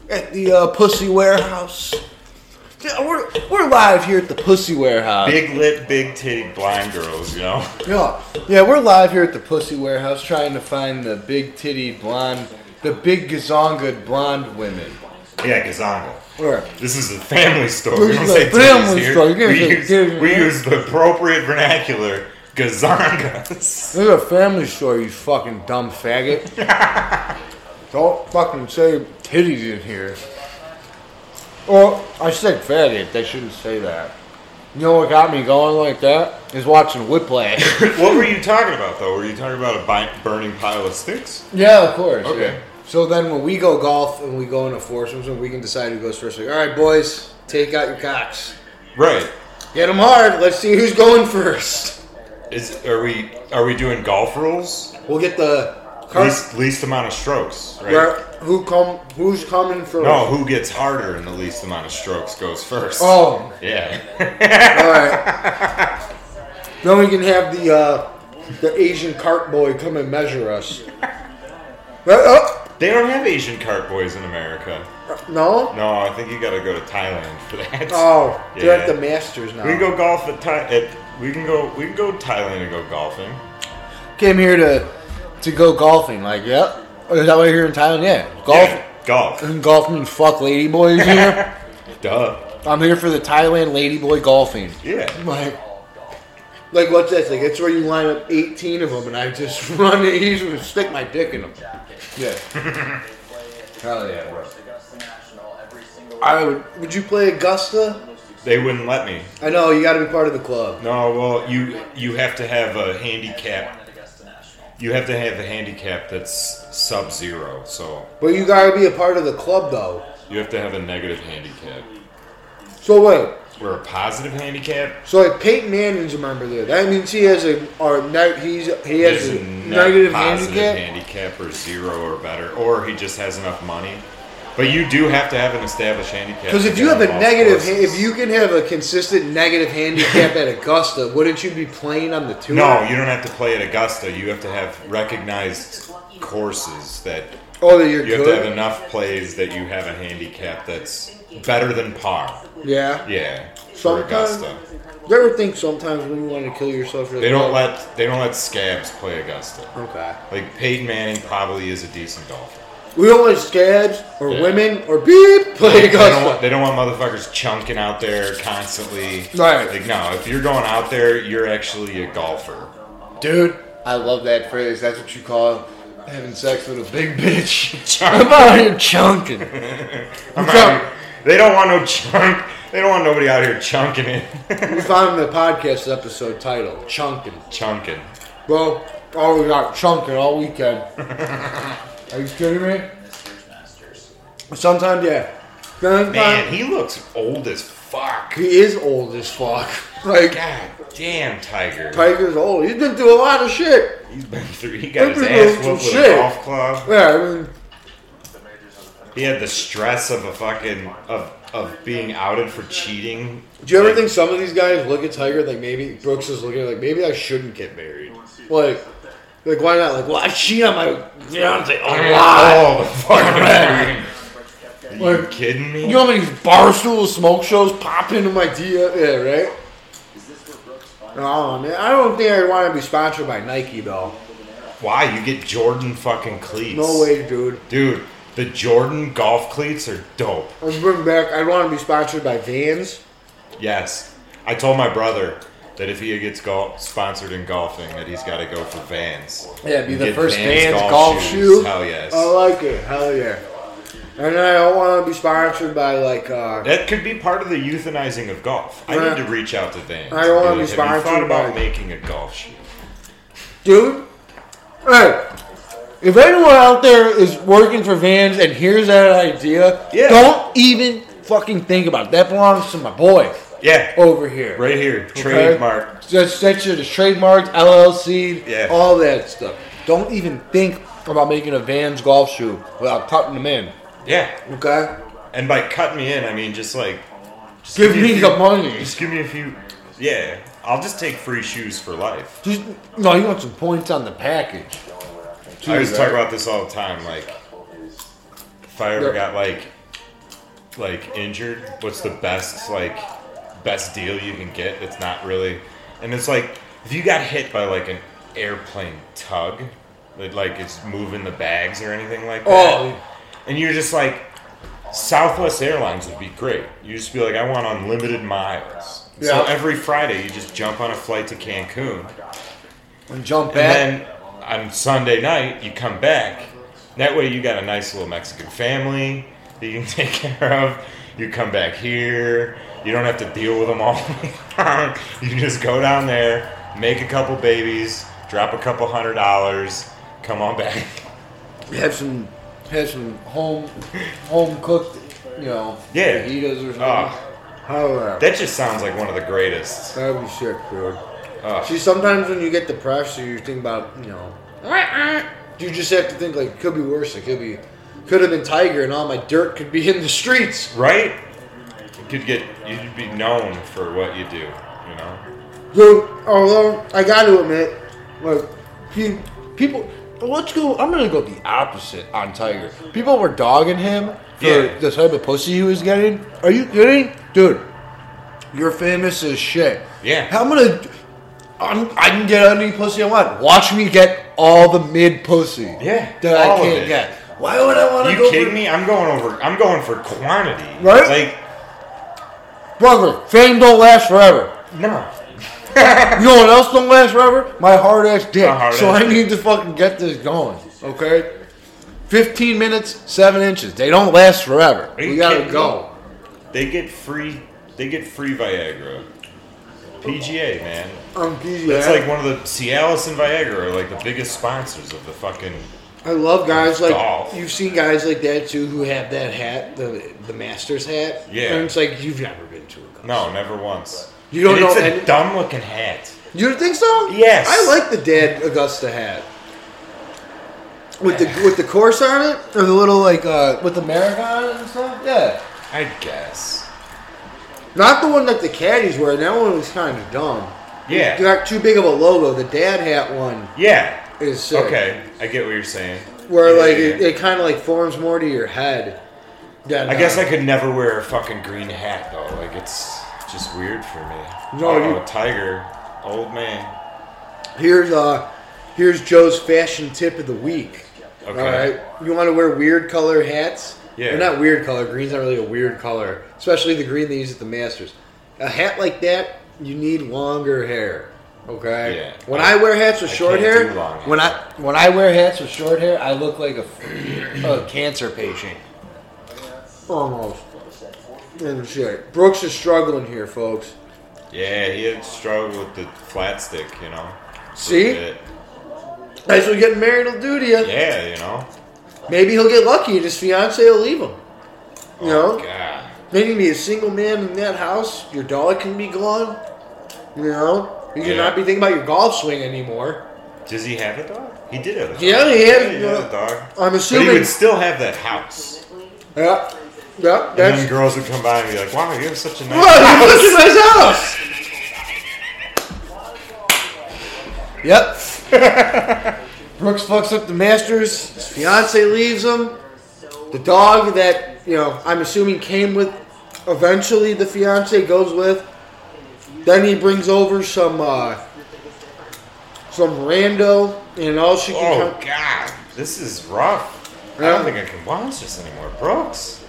at the uh, Pussy Warehouse? Yeah, we're, we're live here at the Pussy Warehouse.
big lit, big titty blind girls, you know.
Yeah, yeah, we're live here at the Pussy Warehouse trying to find the big titty blonde, the big Gazonga blonde women.
Yeah, gazonga.
All right.
This is a family store. We don't
This is
say
a family
titties here.
store. You can't
We,
say
use,
titties,
we
man.
use the appropriate vernacular, gazongas.
This is a family store, you fucking dumb faggot. Don't fucking say titties in here. Or I said faggot. They shouldn't say that. You know what got me going like that is watching Whiplash.
what were you talking about though? Were you talking about a bi- burning pile of sticks?
yeah, of course.
Okay.
yeah. So then when we go golf and we go into foursomes and we can decide who goes first. Like, all right, boys, take out your cocks.
Right.
Get them hard. Let's see who's going first.
Is are we are we doing golf rules?
We'll get the cart.
Least least amount of strokes, right?
Where, who come? Who's coming first?
No, who gets harder and the least amount of strokes goes first.
Oh,
Yeah.
All right. then we can have the uh, the Asian cart boy come and measure us. Right, oh,
They don't have Asian cart boys in America.
No?
No, I think you got to go to Thailand for that.
Oh, they're at
Yeah.
the Masters now.
We can go golf at, Thai- at we can go we can go to Thailand and go golfing.
Came here to to go golfing. Like, yep. Oh, Is that why you're here in Thailand? Yeah. Golf.
Yeah, golf.
And golf means fuck lady boys here.
Duh.
I'm here for the Thailand lady boy golfing.
Yeah.
Like, like what's this? Like, it's where you line up 18 of them, and I just run it. He's gonna stick my dick in them. Yeah. Hell yeah, bro. I would. Would you play Augusta?
They wouldn't let me.
I know you got to be part of the club.
No, well, you you have to have a handicap. You have to have a handicap that's sub zero, so
But you got to be a part of the club though.
you have to have a negative handicap
So wait.
or a positive handicap.
So like Peyton Manning's a member there. That means he has a or ne- he's he has
There's
a
ne-
negative
positive
handicap.
handicap or zero or better, or he just has enough money. But you do have to have an established handicap.
Because
to
if
get
you
on
have a
golf
negative,
courses.
if you can have a consistent negative handicap at Augusta, wouldn't you be playing on the tour?
No, you don't have to play at Augusta. You have to have recognized courses that
Oh, that you're
you have to
good.
have enough plays that you have a handicap that's better than par.
yeah.
Yeah, for
Sometimes.
Augusta.
You ever think sometimes when you want to kill yourself, you're like,
They don't
"Oh,
let they don't let scabs play Augusta.
Okay.
Like Peyton Manning probably is a decent golfer.
We don't want scabs or
Yeah.
women or beep play
They don't, want,
Augusta.
they don't want motherfuckers chunking out there constantly.
Right.
Like no, if you're going out there, you're actually a golfer.
Dude, I love that phrase. That's what you call having sex with a big bitch. I'm
Chunk.
out here chunking.
I'm
We
out
found,
here- They don't want no chunk. They don't want nobody out here chunking it.
we found the podcast episode title, Chunking.
chunking.
Well, oh, we got chunking all weekend. Are you kidding me? Sometimes, yeah. Sometimes
Man, he looks old as fuck.
he is old as fuck. Like,
God damn, Tiger.
Tiger's old. He's been through a lot of shit.
He's been through. He got his
Tiger's
ass
been
whooped
through
with a
shit.
golf club.
Yeah, I mean,
He had the stress of a fucking of of being outed for cheating.
do you ever
Like,
think some of these guys look at Tiger like maybe Brooks is looking at it like maybe I shouldn't get married? Like, like why not? Like, well, I cheat on my fiance a lot.
Oh, the fucking Are you
Like,
kidding me?
You know how many barstool smoke shows pop into my DM? Yeah, right? Oh, man. I don't think I'd want to be sponsored by Nike, though.
Why you get Jordan fucking cleats?
No way, dude.
dude. The Jordan golf cleats are dope.
I'd bring back, I'd want to be sponsored by Vans.
Yes, I told my brother that if he gets golf sponsored in golfing, that he's got to go for Vans.
Yeah, be
You
the
get
first Vans,
Vans golf
golf
shoes.
shoe. Oh.
Hell yes.
I like it. Hell yeah. And I don't want to be sponsored by, like, uh,
That could be part of the euthanizing of golf. I
Yeah.
need to reach out to Vans.
I don't wanna
Be
be
like, Have you thought
sponsored by-
about making a golf shoe?
dude. Hey, if anyone out there is working for Vans and hears that idea,
Yeah.
don't even fucking think about it. That belongs to my boy
Yeah,
over here.
right here,
Okay?
trademark.
That's that shit is trademarked, LLC,
Yeah.
all that stuff. Don't even think about making a Vans golf shoe without cutting them in.
Yeah,
Okay,
and by cut me in, I mean just like just
give
a
me
few-
the money.
Just give me a few. Yeah, I'll just take free shoes for life.
Just, no, you want some points on the package.
I always
Dude,
talk
right?
about this all the time. Like, if I ever
Yeah.
got like like injured, what's the best like best deal you can get? That's not really, and it's like if you got hit by like an airplane tug, that like it's moving the bags or anything like that,
Oh.
and you're just like. Southwest Airlines would be great. You just be like, I want unlimited miles. So
Yeah.
every Friday, you just jump on a flight to Cancun,
and jump
and
back.
then on Sunday night, you come back. That way, you got a nice little Mexican family that you can take care of. You come back here. You don't have to deal with them all. you can just go down there, make a couple babies, drop a couple hundred dollars, come on back.
have some have some home home cooked, you know,
Yeah.
fajitas or something.
Ah.
Hell yeah.
That just sounds like one of the greatest.
That'd be sick, dude.
Ah.
See, sometimes when you get depressed, or you think about, you know, you just have to think like, it could be worse. It could be, could have been Tiger, and all my dirt could be in the streets.
Right? You could get, you'd be known for what you do, you know?
Dude, although I got to admit, like, pe- people, Let's go. I'm gonna go the opposite on Tiger. People were dogging him for
Yeah.
the type of pussy he was getting. Are you kidding, dude? You're famous as shit.
Yeah.
I'm gonna. I'm, I can get any pussy I want. Watch me get all the mid pussy.
Yeah,
That I
all of
can't
it.
get. Why would I want
You
to go?
kidding
for-
me? I'm going over. I'm going for quantity.
Right?
Like
brother? Fame don't last forever.
no.
You know what else don't last forever? My hard ass dick.
My hard
so
ass
I need to fucking get this going. Okay? 15 minutes, 7 inches. They don't last forever.
Are you
We gotta
kidding
go.
They get free. They get free Viagra. PGA man.
I'm
That's like one of the Cialis and Viagra are like the biggest sponsors of the fucking.
I love guys like
Golf.
you've seen guys like that too who have that hat, the the master's hat.
Yeah.
And it's like you've never been to a golf.
No, never once.
You don't
And
know
It's a
any-
dumb looking hat.
You think so?
Yes.
I like the dad Augusta hat. With the with the course on it? Or the little like uh with the marathon and stuff? Yeah.
I guess.
Not the one that the caddies wear. That one was kind of dumb.
Yeah.
Not too big of a logo. The dad hat one
Yeah.
is sick.
Okay, I get what you're saying.
Where
Yeah,
like
yeah,
it,
yeah.
it kind of like forms more to your head. than,
I guess
uh,
I could never wear a fucking green hat though. Like it's just weird for me.
No,
oh,
you-
tiger, old man.
here's uh here's Joe's fashion tip of the week.
Okay.
All right. You want to wear weird color hats?
Yeah.
They're not weird color. Green's not really a weird color, especially the green they use at the Masters. A hat like that, you need longer hair. Okay.
Yeah.
When I wear hats with
I
short
can't
hair,
do long hair.
when I when I wear hats with short hair, I look like a, a cancer patient. Almost. And shit. Brooks is struggling here, folks.
Yeah, he had struggled with the flat stick, you know.
See?
It-
That's what getting married will do to you.
Yeah, you know.
Maybe he'll get lucky and his fiance will leave him. You know?
Oh, God.
Then you can be a single man in that house. Your dog can be gone. You know, you
Yeah.
cannot be thinking about your golf swing anymore.
Does he have a dog? He did have a dog.
Yeah, he had-
he had a dog.
I'm
But he
assuming.
would still have that house.
Yeah, yeah,
And then
that's.
girls would come by and be like, wow, you have such a nice
Whoa,
house.
you look at my house. Yep. Brooks fucks up the Masters. His fiance leaves him. The dog that you know, I'm assuming came with. Eventually, the fiance goes with. Then he brings over some uh, some rando, and all she can.
Oh,
come-
God. This is rough. I
Yeah.
don't think I can watch this anymore. Brooks.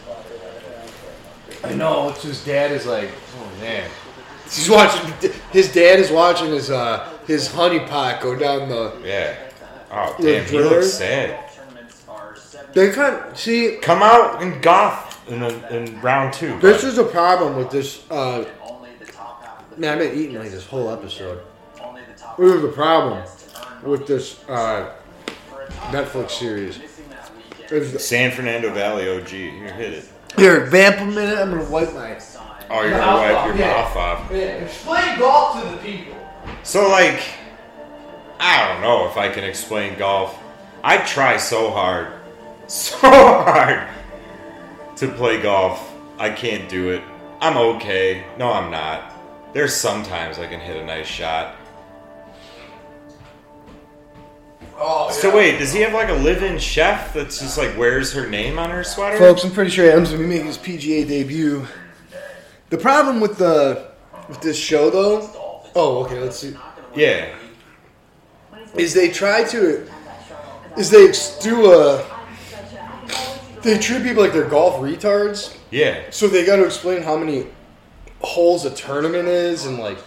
I know. It's his dad is like, oh man. He's watching. His dad is watching his uh his honey pot go down the.
Yeah. Oh,
Yeah,
damn. He
Driller.
looks sad.
They kind of see.
Come out and golf in, a, in round two. bud.
This is a problem with this. Uh, man, I've been eating like this whole episode. This is a problem with this uh, Netflix series. Is-
San Fernando Valley OG. Here, hit it.
Here, vamp a minute. I'm gonna wipe my.
Oh, you're
Mouth
gonna wipe your
off, yeah.
mouth off.
Explain golf to the people.
So like, I don't know if I can explain golf. I try so hard, so hard to play golf. I can't do it. I'm okay. No, I'm not. There's sometimes I can hit a nice shot.
Oh,
So wait, does he have like a live-in chef that's just like wears her name on her sweater?
Folks, I'm pretty sure Adam's gonna be making his PGA debut. The problem with the with this show though, oh okay, let's see,
Yeah.
is they try to is they do a they treat people like they're golf retards,
Yeah.
so they got to explain how many holes a tournament is and like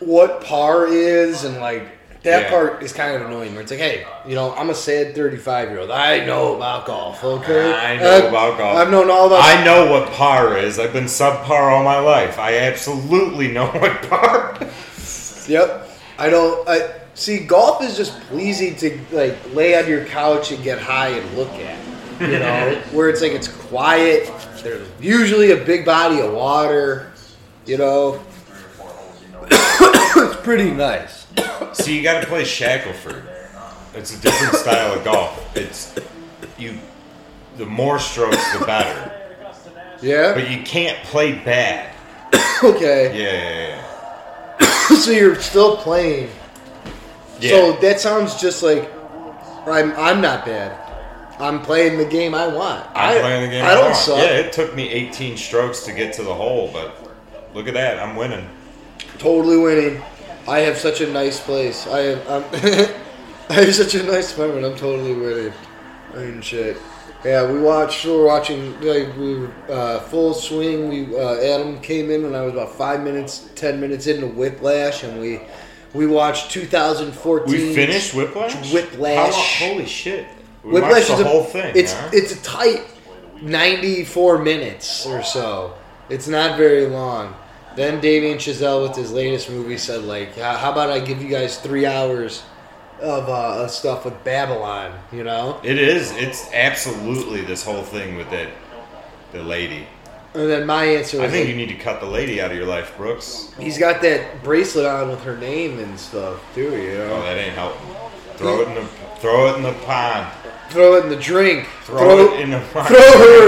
what par is and like that
Yeah.
part is kind of annoying. Where it's like, hey, you know, I'm a sad 35 year old. I know about golf, okay?
I know
I've-
about golf.
I've known all about.
I know what par is. I've been subpar all my life. I absolutely know what par is.
Yep. I don't. I see. Golf is just pleasing to like lay on your couch and get high and look at. You know, where it's like it's quiet. There's usually a big body of water. You know, it's pretty nice.
So you got to play Shackleford. It's a different style of golf. It's you. The more strokes, the better.
Yeah.
But you can't play bad. Yeah,
Okay.
yeah,
so you're still playing.
yeah. yeah.
So that sounds just like I'm I'm not bad. I'm playing the game I want.
I'm playing the game.
I, don't
want.
suck.
Yeah, it took me 18 strokes to get to the hole, but look at that, I'm winning.
Totally winning. I have such a nice place. I have I'm I have such a nice moment. I'm totally winning. I mean shit. Yeah, we watched. We were watching. Like, we were uh, full swing. We uh, Adam came in when I was about five minutes, ten minutes into Whiplash, and we we watched 2014.
We finished Whiplash.
Whiplash.
How long- holy shit! We
Whiplash
watched
is
the
a,
whole thing.
It's
huh?
it's a tight ninety-four minutes or so. It's not very long. Then Damien Chazelle with his latest movie said, like, "How how about I give you guys three hours of uh, of stuff with Babylon?" You know.
It is. It's absolutely this whole thing with that the lady.
And then my answer was,
I think
like,
you need to cut the lady out of your life, Brooks.
he's got that bracelet on with her name and stuff too. You
Oh,
know,
that ain't helping. Throw it in the throw it in the pond.
throw it in the drink.
Throw, it in the pond.
Throw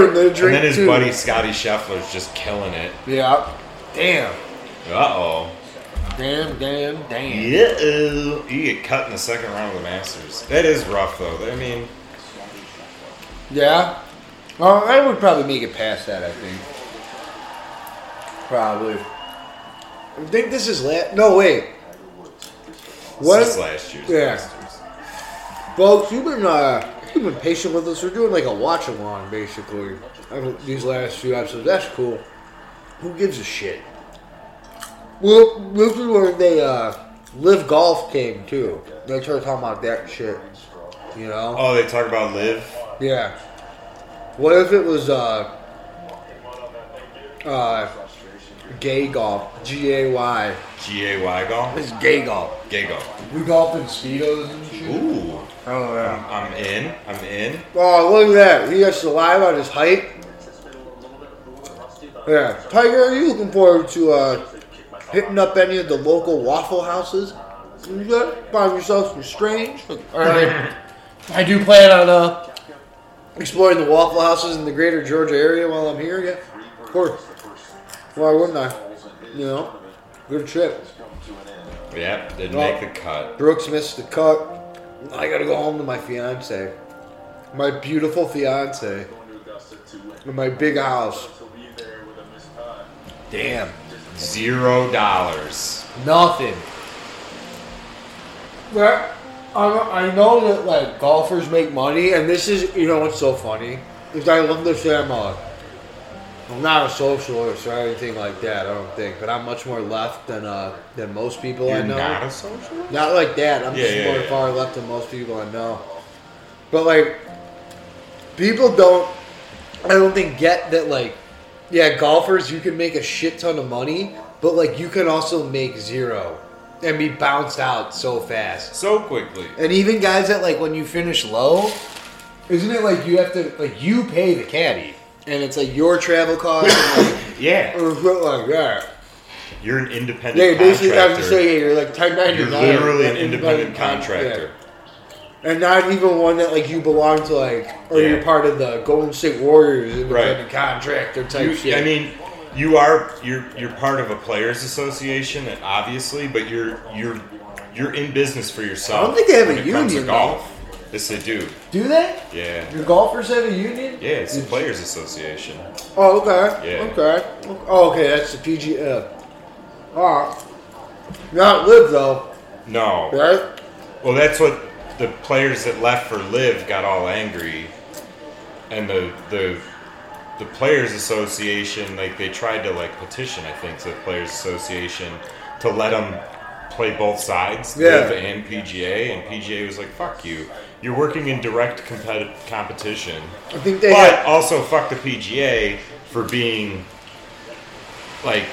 her in the drink
And then his
too.
buddy Scotty Scheffler's just killing it.
Yeah. Damn.
Uh oh.
Damn. Damn. Damn.
Yeah. You get cut in the second round of the Masters. That is rough, though. I mean,
Yeah. Well, I would probably make it past that. I think. Probably. I think this is last. No wait.
what is
What,
last year's
Yeah.
Masters.
folks? You've been uh, you've been patient with us. We're doing like a watch along, basically. I mean, These last few episodes. That's cool. Who gives a shit? Well, this is where they uh, live golf came too. They started talking about that shit. You know.
Oh, they talk about live.
Yeah. What if it was uh uh gay golf? G A Y.
G A Y golf.
It's gay golf.
Gay golf.
We golf in speedos and shit.
Ooh.
Oh yeah.
I'm in. I'm in.
Oh look at that. He got saliva on his height. Yeah. Tiger, are you looking forward to uh hitting up any of the local waffle houses? You got find yourself some strange. Alright. I do plan on uh exploring the waffle houses in the greater Georgia area while I'm here, yeah. Of course. Why wouldn't I? You know? Good trip.
Yep. Didn't
Well-
make the cut.
Brooks missed the cut. I gotta go home to my fiance. My beautiful fiance. In my big house. Damn.
Zero dollars.
Nothing. But I, I know that like golfers make money, and this is you know what's so funny is I love to say I'm a I'm not a socialist or anything like that. I don't think, but I'm much more left than uh than most people I
You're
know.
not a social.
Not like that. I'm
Yeah,
just
yeah,
more
yeah.
far left than most people I know. But like, people don't. I don't think get that like, yeah, golfers you can make a shit ton of money, but like you can also make zero and be bounced out so fast.
So quickly.
And even guys that like when you finish low, isn't it like you have to like you pay the caddy and it's like your travel cost and like
Yeah.
or something like that.
You're an independent.
Yeah, basically, I was
contractor.
gonna say, yeah, you're like type 99.
You're literally an
Like,
independent
con-
contractor.
yeah. And not even one that, like, you belong to, like, or
Yeah.
you're part of the Golden State Warriors independent
Right.
contractor type
You-
shit.
I mean, you are you're you're part of a players association, and obviously, but you're you're you're in business for yourself.
I don't think they have
when
a
it comes to
union,
golf. Yes, they do.
do they?
Yeah.
Your golfers have a union?
Yeah, it's the
Did-
players association.
Oh, okay.
Yeah.
Okay. Oh, okay, that's the PGF. Alright. ah. Not live, though,
No.
right?
Well, that's what the players that left for Live got all angry, and the the the players association like they tried to like petition I think to the players association to let them play both sides,
Yeah.
Live and PGA, and PGA was like, "Fuck you, you're working in direct competi- competition."
I think they
but
have.
also fuck the PGA for being like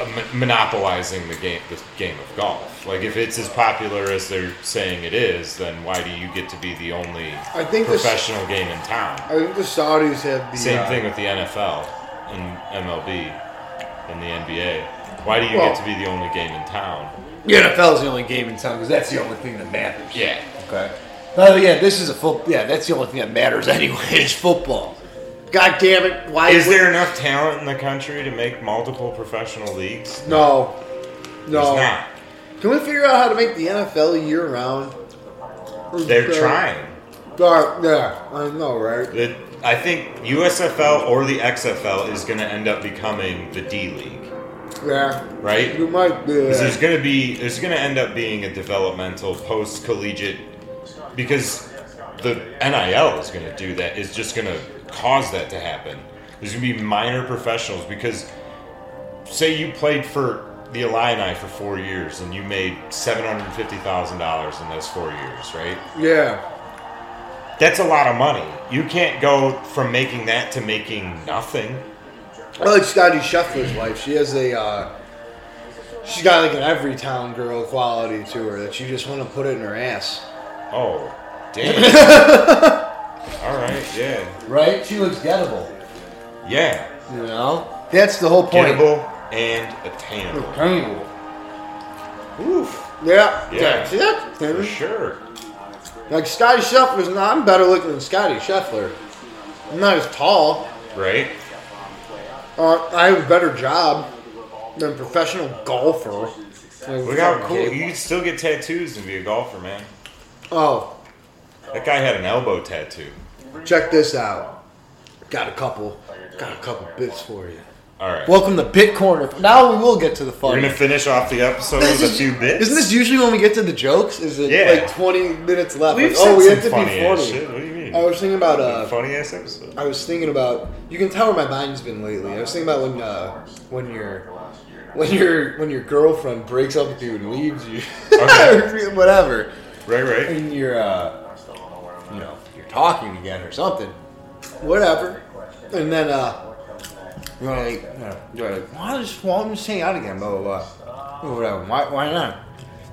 a mon- monopolizing the game, the game of golf. Like, if it's as popular as they're saying it is, then why do you get to be the only
I think this-
professional game in town?
I think the Saudis have the.
Same
uh,
thing with the NFL and MLB and the NBA. Why do you
Well-
get to be the only game in town?
The NFL is the only game in town because that's the only thing that matters.
Yeah,
Okay. Oh yeah, this is a foot. Yeah, that's the only thing that matters anyway. It's football. God damn it! Why
is there enough talent in the country to make multiple professional leagues?
no,
There's
no?
not.
Can we figure out how to make the NFL year round?
They're trying.
But, Uh, yeah, I know, right?
It, I think USFL or the XFL is going to end up becoming the D League,
Yeah.
right?
You might be.
Because there's gonna be there's gonna end up being a developmental post collegiate because the NIL is gonna do that. It's just gonna cause that to happen. There's gonna be minor professionals because say you played for the Illini for four years and you made seven hundred fifty thousand dollars in those four years, right?
Yeah.
That's a lot of money. You can't go from making that to making nothing.
I like Scotty Scheffler's wife. She has a. Uh, she's got like an every town girl quality to her that you just want to put it in her ass.
Oh, damn. All right, yeah,
Right? She looks gettable.
yeah.
You know? That's the whole point.
Gettable and attainable.
Attainable.
Oof.
Yeah.
Yeah.
That's it.
For
baby.
sure.
Like Scotty Scheffler's not. I'm better looking than Scotty Scheffler. I'm not as tall.
Right?
Uh, I have a better job than a professional golfer.
Look how cool. You can still get tattoos and be a golfer, man.
Oh,
That guy had an elbow tattoo.
check this out. Got a couple. Got a couple bits for you.
All right.
Welcome to Bit Corner. Now we will get to the
We're
fun.
going to finish off the episode with
This
a
is-
few bits.
Isn't this usually when we get to the jokes? Is it
Yeah.
like 20 minutes left?
We've
Like,
said
oh, we
some
have to be
funny ass
funny.
shit. What do you mean?
I was thinking about uh,
funny ass episode.
I was thinking about. You can tell where my mind's been lately. I was thinking about when uh, when your when your when your girlfriend breaks up with you and leaves you,
Okay.
Or whatever,
Right, right.
and you're uh, you know you're talking again or something, whatever, and then uh, you're like, you know, you're like, why just why don't we just hang out again, blah blah blah, or whatever. Why why not?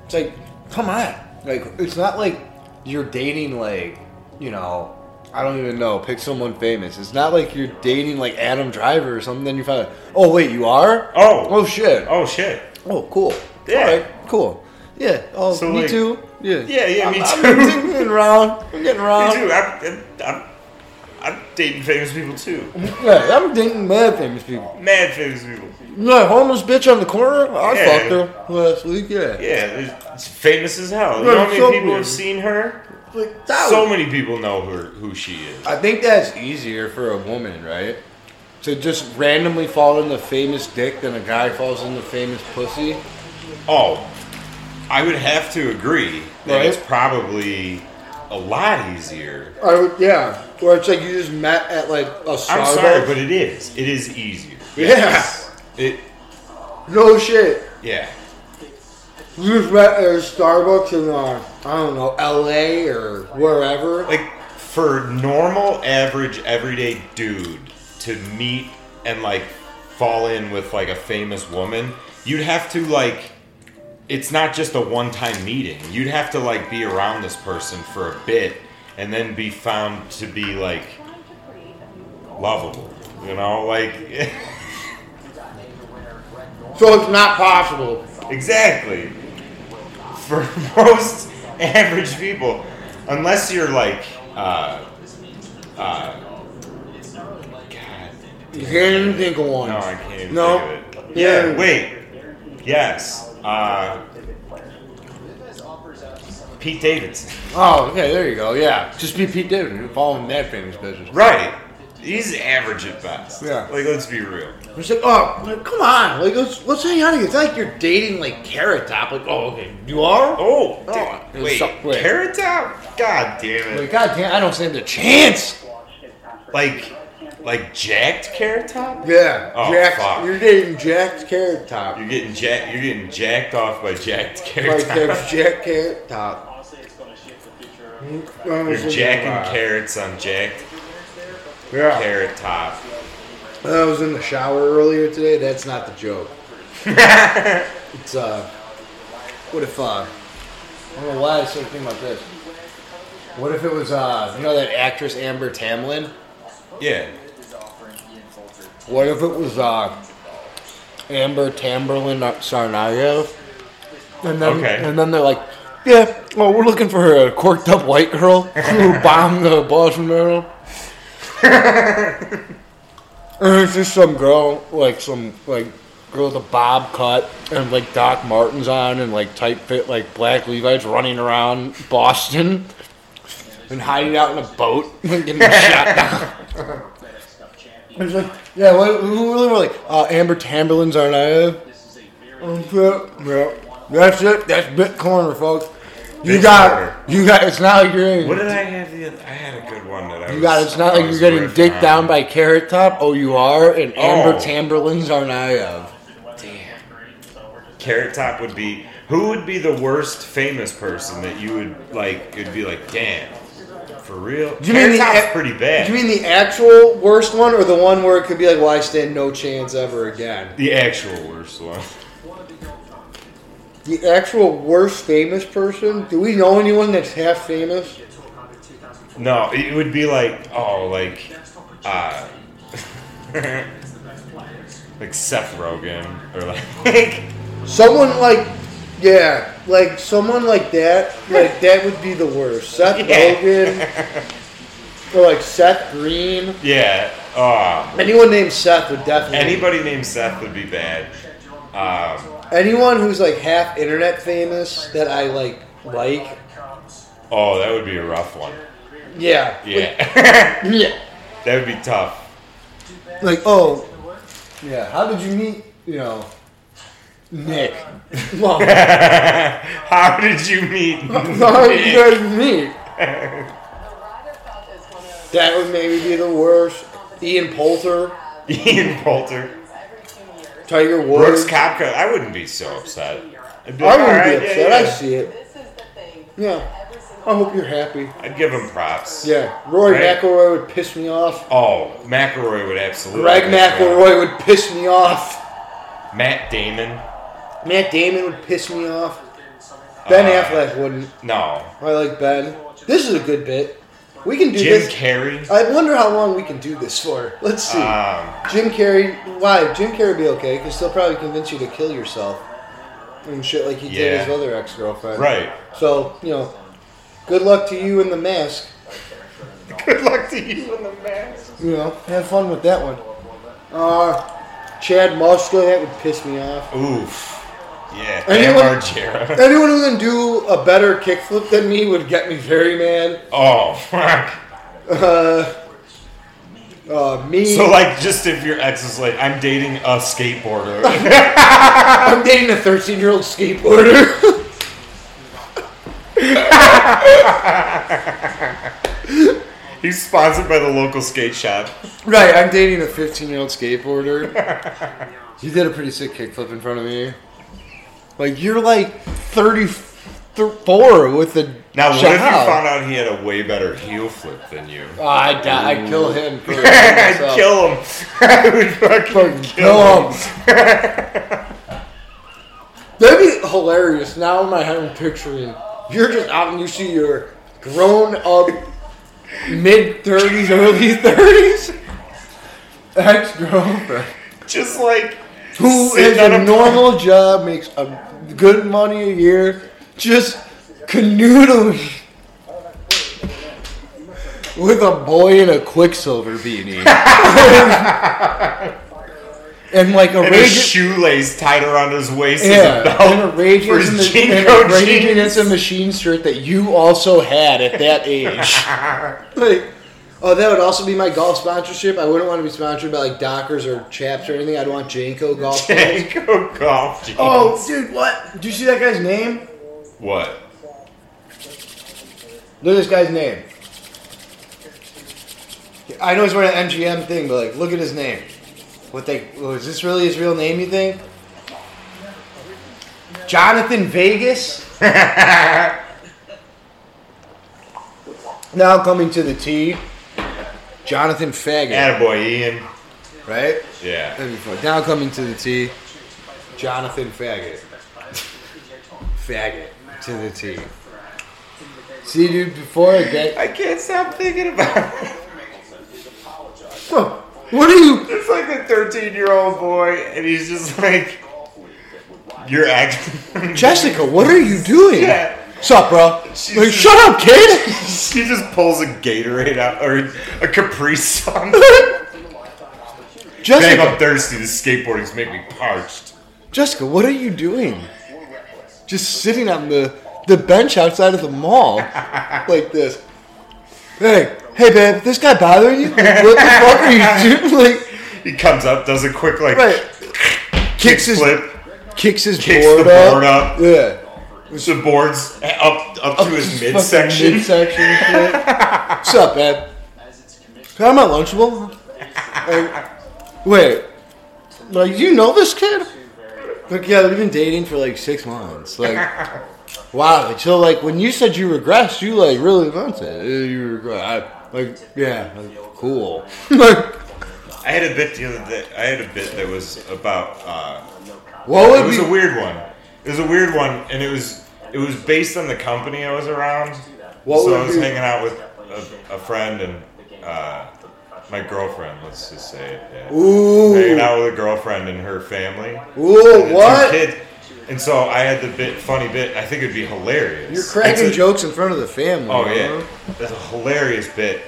It's like, come on, like it's not like you're dating like you know. I don't even know. Pick someone famous. It's not like you're dating like Adam Driver or something. Then you find, out, oh wait, you are.
Oh.
oh shit.
Oh, shit.
Oh, cool.
Yeah.
All right, cool. Yeah. Oh,
So,
me
like-
too. Yeah.
Yeah, yeah, me
I'm,
too.
I'm getting around. I'm getting
Me
around.
too. I'm, I'm, I'm, I'm dating famous people too.
Yeah, I'm dating mad famous people.
Mad famous people.
Yeah, homeless bitch on the corner. I
Yeah.
fucked her last week. Yeah.
Yeah, it's famous as hell. You
Yeah,
know how many
so
people
good.
have seen her?
Like, that
So
was-
many people know her, who she is.
I think that's easier for a woman, right? To just randomly fall in the famous dick than a guy falls in the famous pussy.
Oh, I would have to agree that
Right?
it's probably a lot easier.
I would, yeah. Or it's like you just met at like a
I'm sorry, but it is. It is easier. Yes. It.
no shit.
Yeah.
You just met at a Starbucks in, uh, I don't know, LA or wherever.
Like for normal, average, everyday dude to meet and like fall in with like a famous woman, you'd have to like. It's not just a one-time meeting. You'd have to like be around this person for a bit, and then be found to be like lovable. You know, like.
so it's not possible.
Exactly. For most average people, unless you're like, uh, uh, God,
You can't even think of one.
no, I can't even
No.
think of it.
Yeah.
wait, yes, uh, Pete Davidson.
Oh, okay, there you go. Yeah, just be Pete Davidson. You're following that famous business.
Right, he's average at best.
Yeah.
like let's be real.
It's like, oh, like, come on, like let's let's hang out again. It's not like you're dating like Carrot Top. Like, oh, okay, you are.
Oh,
Oh,
da-
it's
wait,
so- wait.
Carrot Top? God damn
Like,
it!
God damn, I don't stand a chance.
Like, like jacked Carrot Top?
Yeah,
Oh,
Jack's-
fuck.
You're dating Jack's Carrot Top.
You're getting jack. You're getting jacked off by jacked carrot
Right
top.
there's Jack Carrot Top.
You're jacking carrots on jacked
Yeah.
carrot top.
When I was in the shower earlier today, that's not the joke. it's uh, what if uh, I don't know why I started thinking about this. What if it was uh, you know that actress Amber Tamlin?
Yeah.
What if it was uh, Amber Tamberlin Sarnayev? And then
Okay.
and then they're like, yeah, well we're looking for a corked up white girl who bombed the Boston Marathon. and it's just some girl like some like girl with a bob cut and like Doc Martens on and like tight fit like black Levi's running around Boston. and hiding out in a boat and getting shot down. It's like, yeah, what, who really, really? Uh, Amber Tamberlins are not. Yeah, that's it. That's Bitcoin, folks. You
Bitcoin.
got, you got. It's not like you're. Getting,
What did I have the other? I had a good one that I
you
was-
got. It's not
I
like you're
was
getting
riffing
dicked
on.
down by Carrot Top. Oh, you are. And Amber
Oh.
Tamberlins are not. Of.
Carrot Top would be. Who would be the worst famous person that you would like? It'd be like, damn, for real.
Do you
Carrot
mean the
Top's
a-
pretty bad.
Do you mean the actual worst one, or the one where it could be like, "Well, I stand no chance ever again"?
the actual worst one?
The actual worst famous person. Do we know anyone that's half famous?
No, it would be like, oh, like, uh, like Seth Rogen or like.
Someone like, yeah, like someone like that, like that would be the worst. Seth
Yeah.
Rogen, or like Seth Green.
yeah. Uh,
Anyone named Seth would definitely.
anybody named Seth would be bad. Um,
Anyone who's like half internet famous that I like like.
oh, that would be a rough one.
Yeah.
Yeah,
Like, yeah.
that would be tough.
Like oh, yeah. How did you meet? You know, Nick. Well,
How did you meet?
how did you guys meet?
That
That would maybe be the worst. Ian Poulter,
Ian Poulter,
Tiger Woods.
Brooks Koepka. I wouldn't be so upset. I'd be
I
like,
wouldn't
"Alright,
be
yeah,
upset.
yeah."
I see it.
This is the thing.
Yeah.
Every single
I hope you're happy.
I'd give him props.
Yeah, Roy
Right.
McElroy would piss me off.
Oh, McElroy would absolutely.
Greg
be as well.
McElroy would piss me off.
Matt Damon.
Matt Damon would piss me off. Ben
Uh,
Affleck wouldn't.
No.
I like Ben. This is a good bit. We can do
Jim
this.
Carrey.
I wonder how long we can do this for. Let's see.
Um,
Jim Carrey. Why? Jim Carrey would be okay because he'll probably convince you to kill yourself and shit like he did
Yeah.
his other ex girlfriend.
right.
So you know, good luck to you in the mask.
Good luck to you in the mask.
You know, have fun with that one. Uh, Chad Muska, that would piss me off.
Oof. Yeah.
Anyone-
Bam Margera.
Anyone who can do a better kickflip than me would get me very mad.
Oh fuck.
Uh, uh, me,
So like, just if your ex is like, I'm dating a skateboarder.
I'm dating a 13 year old skateboarder.
He's sponsored by the local skate shop.
right, I'm dating a 15 year old skateboarder. he did a pretty sick kickflip in front of me. Like, you're like 34 with a.
Now, what if you
job.
found out he had a way better heel flip than you?
Oh, I'd, die- I'd kill him. for
I'd
myself.
kill him. I would fucking
Fucking kill
kill him.
That'd be hilarious. Now in my head, I'm picturing you're just out and you see your grown up, mid 30s, early 30s ex girlfriend
Just like
who
sitting
is
on
a normal job, makes a good money a year, just canoodling with a boy in a quicksilver beanie. And like a
and his
raging-
shoelace tied around his waist as a
yeah,
belt
and a raging
for his
in the, and a
Jinko
raging
jeans.
against the machine shirt that you also had at that age. like, oh, that would also be my golf sponsorship. I wouldn't want to be sponsored by like Dockers or Chaps or anything. I'd want Janko golf. balls.
Jinko golf jeans.
Oh, dude, what? Did you see that guy's name?
What?
Look at this guy's name. I know he's wearing an MGM thing, but like, look at his name. What they? oh, Is this really his real name? You think? Jonathan Vegas. now coming to the T. Jonathan Faggot.
Attaboy Ian.
Right.
Yeah.
That'd be fun. Now coming to the T. Jonathan Faggot. Faggot to the T. See, dude, before I get
I can't stop thinking about it.
Huh. What are you?
It's like a 13 year old boy, and he's just like, You're acting.
Jessica, what are you doing?
Yeah.
Sup, bro?
She's-
Like, shut up, kid!
she just pulls a Gatorade out, or a Capri Sun. Babe, I'm
Jessica,
thirsty. This skateboarding's making me parched.
Jessica, what are you doing? Just sitting on the, the bench outside of the mall like this. hey, hey, babe, this guy bothering you? Like, what the fuck are you doing? Like,
He comes up, does a quick like
right. Kicks his
flip.
kicks his
Kicks
board,
the
up.
board up.
Yeah.
The board's up up to his
Fucking
midsection.
midsection and shit. What's up, babe? Can I have my Lunchable? Like, wait. Like, you know this kid? Like, yeah, we've been dating for like six months. Like, wow. Like, so, like, when you said you regressed, you, like, really meant it. Uh, You regress. I, like, yeah. Like, cool. like,
I had a bit the other day. I had a bit that was about. Uh,
what
it
would
was
be.
a weird one. It was a weird one, and it was it was based on the company I was around.
What
so
would
I was
be-
hanging out with a, a friend and uh, my girlfriend. Let's just say it. yeah. Hanging
Ooh.
out with a girlfriend and her family.
Ooh,
and
what?
Two kids. And so I had the bit, funny bit. I think it'd be hilarious.
You're
It's
cracking
a-
jokes in front of the family.
Oh
huh?
yeah, there's a hilarious bit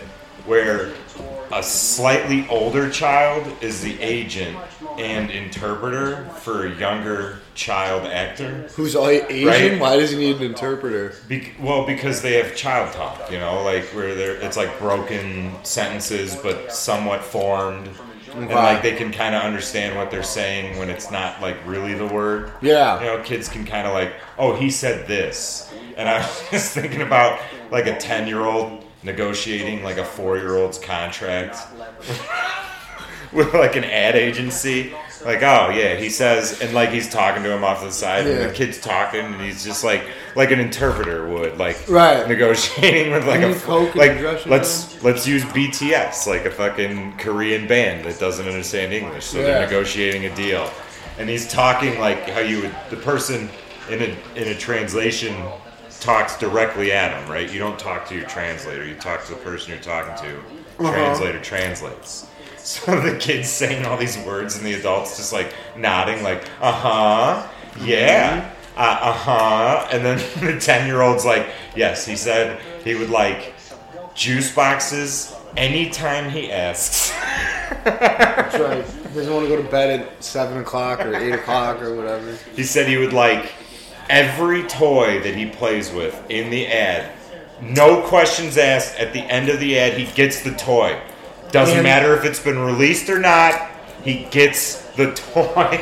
where a slightly older child is the agent and interpreter for a younger child actor.
Who's all Asian?
Right.
Why does he need an interpreter?
Be- well, because they have child talk, you know, like where they're it's like broken sentences but somewhat formed, and like they can kind of understand what they're saying when it's not like really the word.
Yeah.
you know, kids can kind of like, oh, he said this, and I was just thinking about like a ten-year-old negotiating like a four-year-old's contract with like an ad agency. Like, oh yeah, he says, and like he's talking to him off to the side,
Yeah.
and the kid's talking, and he's just like, like an interpreter would, like
Right.
negotiating with like
Can
a
you coke and
like
dress it
let's let's use BTS, like a fucking Korean band that doesn't understand English, so
Yeah.
they're negotiating a deal, and he's talking like how you would the person in a in a translation talks directly at him, right? You don't talk to your translator; you talk to the person you're talking to. Translator translates. So the kid's saying all these words, and the adults just like nodding, like uh huh, yeah. Uh huh. And then the 10 year old's like, yes, he said he would like juice boxes anytime he asks.
That's right. He doesn't want to go to bed at seven o'clock or eight o'clock or whatever.
He said he would like every toy that he plays with in the ad. No questions asked. At the end of the ad, he gets the toy. Doesn't
And-
matter if it's been released or not. He gets the toy.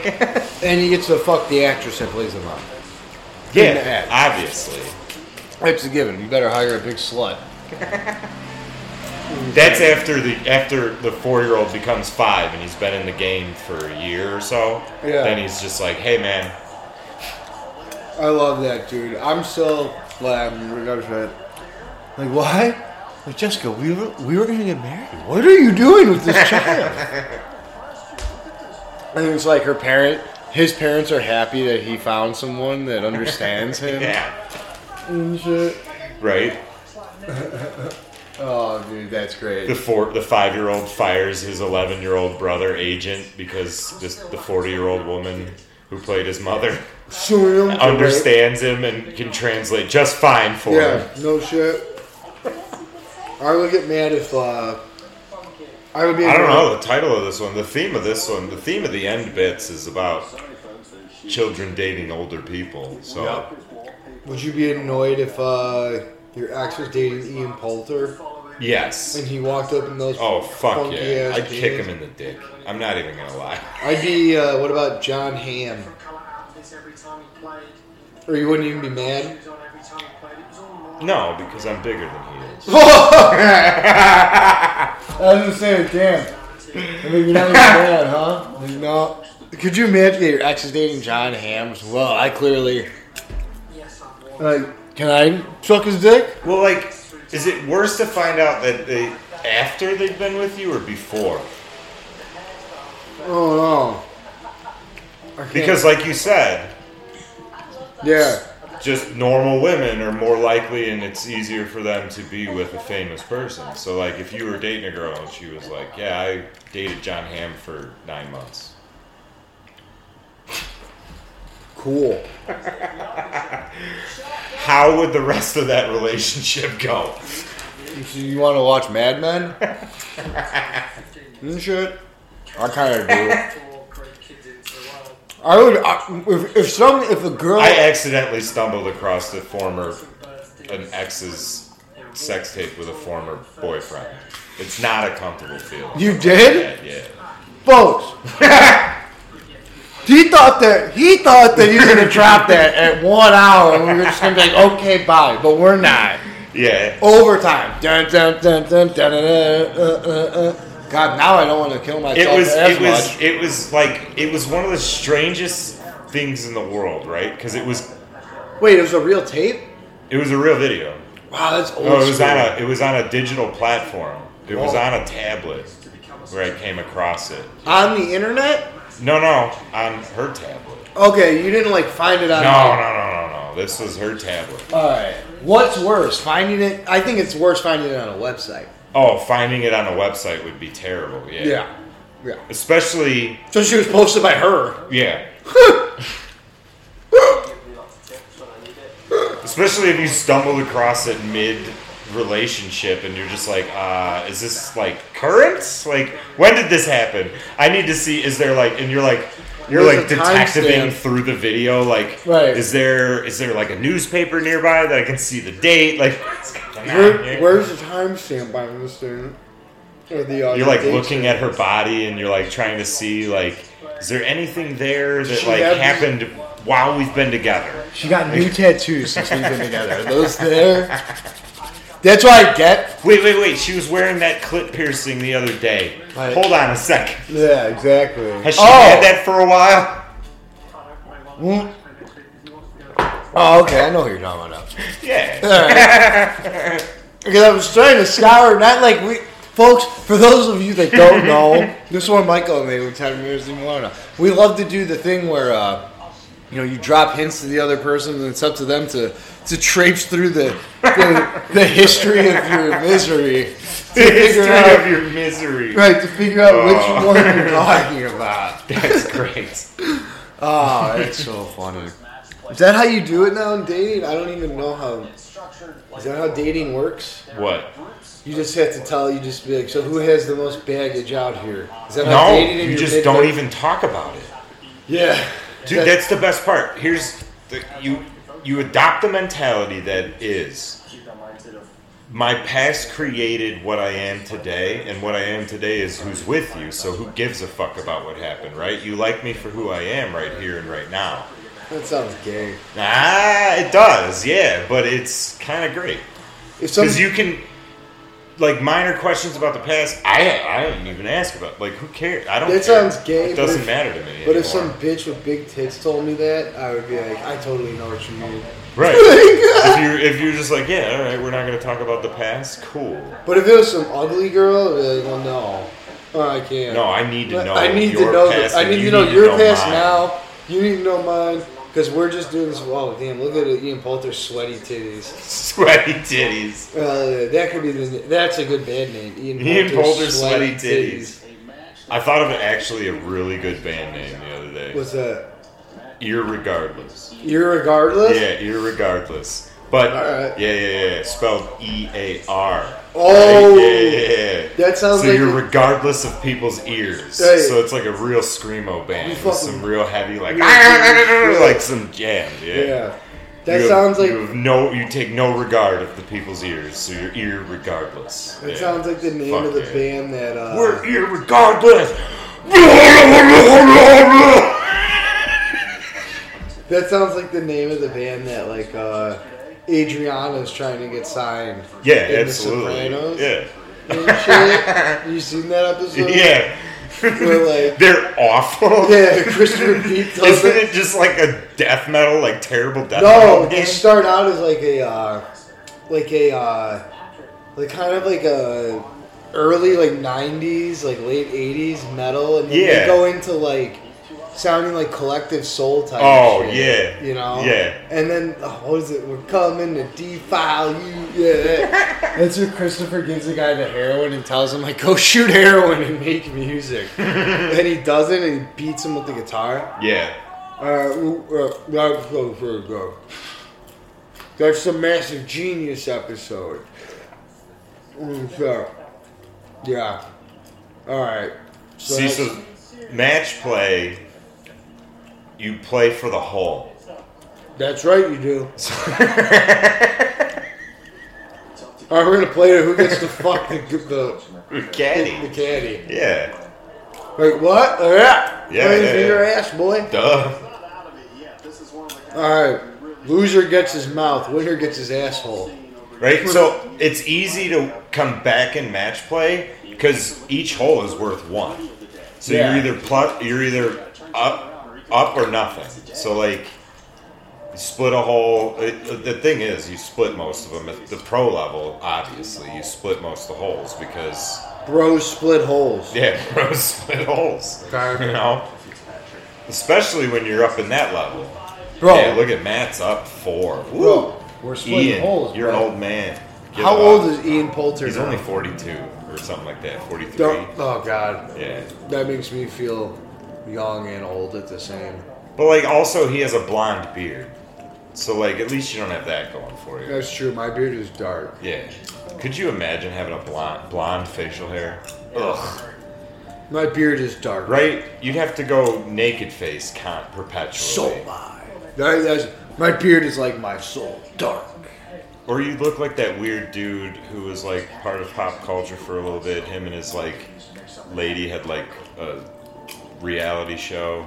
And he gets to fuck the actress that plays the mom. In the ad.
yeah, obviously.
It's a given. You better hire a big slut.
That's after the after the four year old becomes five and he's been in the game for a year or so.
Yeah.
Then he's just like, hey man,
I love that, dude. I'm so glad we were gonna try it. Like, why? Like, Jessica, we were, we were gonna get married. What are you doing with this child? and it's like her parent, his parents are happy that he found someone that understands him
yeah,
and shit.
right.
Oh, dude, that's
The
great.
four, the five-year-old fires his eleven-year-old brother agent because this the forty-year-old woman who played his mother
Sure, I'm great.
understands him and can translate just fine for
Yeah,
him.
no shit. I would get mad if uh, I would be.
I don't know the title of this one. The theme of this one, the theme of the end bits, is about children dating older people. So
Would you be annoyed if uh, your ex was dating Ian Poulter
yes.
and he walked up in those?
Oh fuck
funky
yeah!
ass
I'd kick
jeans?
him in the dick. I'm not even gonna lie.
I'd be. Uh, what about John Hamm? Or you wouldn't even be mad.
No, because I'm bigger than he is.
I was just saying, damn. I mean, you're not even mad, huh? Like, no. Could you imagine that your ex is dating John Hamm? Well, I clearly like. Can I suck his dick?
Well, like, is it worse to find out that they after they've been with you or before?
Oh no. I can't-
Because, like you said,
yeah,
just normal women are more likely, and it's easier for them to be with a famous person. So, like, if you were dating a girl and she was like, "Yeah, I dated John Hamm for nine months,"
cool.
how would the rest of that relationship go?
So you want to watch Mad Men? Mm, shit. I kind of do. I would I, if if some if a girl
I accidentally stumbled across the former an ex's sex tape with a former boyfriend. It's not a comfortable feeling.
You did?
Yeah, yeah.
Folks. he thought that he thought that you were gonna drop that at one hour and we were just gonna be like, okay, bye, but we're not.
Yeah.
Overtime. Dun, dun, dun, dun, dun, dun, dun, uh, uh, uh. God, now I don't want to kill myself
It was
as much.
it was it was like it was one of the strangest things in the world, right? Because it was
Wait, it was a real tape?
it was a real video.
Wow, that's old
Oh, it was
school.
on a it was on a digital platform. It was
Oh.
on a tablet where I came across it.
on the internet?
No, no, on her tablet.
Okay, you didn't like find it on.
No, no, no, no, no. This was her tablet.
All right. What's worse, finding it? I think it's worse finding it on a website.
Oh, finding it on a website would be terrible. Yeah.
Yeah.
Especially,
So she was posted by her.
yeah. Especially if you stumbled across it mid relationship and you're just like, uh, is this like current? Like, when did this happen? I need to see, is there like, and you're like, you're
There's
like
a timestamp.
detectiving through the video, like,
Right.
is there is there like a newspaper nearby that I can see the date? Like, what's going on here?
where's the timestamp by this thing? Or the uh,
You're like
date?
looking at her body and you're like trying to see like is there anything there that
She
like
had-
happened while we've been together?
She got new tattoos since we've been together. Are those there? That's what I get.
Wait, wait, wait. She was wearing that clit piercing the other day.
Right.
Hold on a second.
Yeah, exactly.
Has she
oh.
had that for a while?
Mm. Oh, okay. I know who you're talking about. now.
Yeah.
Because I was trying to scour, not like we, folks. For those of you that don't know, this is where Michael and me were ten years in Milano. We love to do the thing where, uh, you know, you drop hints to the other person, and it's up to them to to traipse through the the, the history of your misery to
The
figure
history
out
of your misery.
right to figure out which
Oh.
one you're talking about.
That's great.
Oh, that's so funny. Is that how you do it now in dating? I don't even know how. Is that how dating works?
What?
You just have to tell. You just be like, so who has the most baggage out here? Is that how
No,
dating in
you
your
just
mid-
don't even talk about it.
Yeah.
Dude, that's the best part. Here's the, you you adopt the mentality that is my past created what I am today, and what I am today is who's with you. So who gives a fuck about what happened, right? You like me for who I am right here and right now.
That sounds gay.
Ah, it does, yeah, but it's kind of great
If some,
because you can. Like minor questions about the past, I I didn't even ask about. Like, who cares? I don't.
That
care.
sounds gay,
It
but
doesn't
if-
matter to me.
but if some
anymore.
bitch with big tits told me that, I would be like, I totally know what you mean.
Right. if you're if you're just like, yeah, all right, we're not gonna talk about the past. Cool.
But if it was some ugly girl, I'd be like, well, no, oh, I can't.
No, I need to
But
know.
I need
your
to know.
Past
Past I
and
need to
you
know your past
mine.
now. You need to know mine because we're just doing this. Whoa, damn! Look at Ian Poulter's sweaty titties.
Sweaty titties.
Uh, that could be the. That's a good band name. Ian Poulter's,
Ian Poulter's
sweaty,
sweaty titties. I thought of actually a really good band name the other day.
What's that?
Irregardless.
Irregardless?
Yeah, irregardless. But
All right.
yeah, yeah, yeah. Spelled E A R.
Oh.
yeah, yeah, yeah, yeah.
That sounds
so
like-
you're regardless of people's ears.
Hey.
So it's like a real screamo band
You
with
fucking-
some real heavy, like
Yeah.
like some jam.
Yeah.
yeah.
That
You have-
sounds like
you have no. You take no regard of the people's ears, so you're ear regardless.
that sounds like the name of the
Fuck yeah.
band that uh
We're ear regardless.
that sounds like the name of the band that like uh Adriana's trying to get signed.
yeah,
in The Sopranos
absolutely. Yeah,
and shit. you seen that episode?
yeah.
We're like-
They're awful.
Yeah, Christopher Pete tells
Isn't
them.
it just like a death metal, like terrible death metal?
No, they
band?
start out as like a uh like a uh like kind of like a early like 90s like late 80s metal and then they
Yeah.
go into like sounding like collective soul type
Oh,
shit,
yeah.
you know
Yeah.
and then oh, what is it we're coming to defile you yeah that- that's where christopher gives the guy the heroin and tells him like go shoot heroin and make music and he doesn't and he beats him with the guitar
yeah,
uh, uh, that's so very good. That's the massive genius episode. Mm, So, yeah. All right. So
See,
that's-
so match play. You play for the whole.
that's right, you do. All right, we're gonna play it. Who gets to fuck the the, the
Caddy.
caddy?
Yeah.
Wait, what? Oh, yeah.
Yeah,
Wait
yeah,
for
yeah.
your ass, boy.
Duh.
All right. Loser gets his mouth. Winner gets his asshole.
Right? So it's easy to come back in match play because each hole is worth one. So
Yeah.
you're either plus, you're either up, up or nothing. So like, you split a hole. It, the thing is, you split most of them at the pro level. Obviously, you split most of the holes because
Bros split holes.
yeah, pros split holes.
Okay.
You know, especially when you're up in that level.
Bro,
Yeah, look at Matt's up four. Woo.
Oh. Bro, we're splitting
Ian,
holes,
You're
bro.
an old man. Give
how
up.
old is Ian Poulter?
He's
now?
only 42 or something like that. 43.
Don't- oh God,
Yeah.
that makes me feel young and old at the same.
But like, also he has a blonde beard, so like, at least you don't have that going for you.
That's true. My beard is dark.
Yeah. Could you imagine having a blonde blonde facial hair? Ugh.
My beard is dark.
Right? You'd have to go naked face con
So
perpetually.
am I. That- that's- my beard is like my soul, dark.
Or you look like that weird dude who was like part of pop culture for a little bit. Him and his like lady had like a reality show,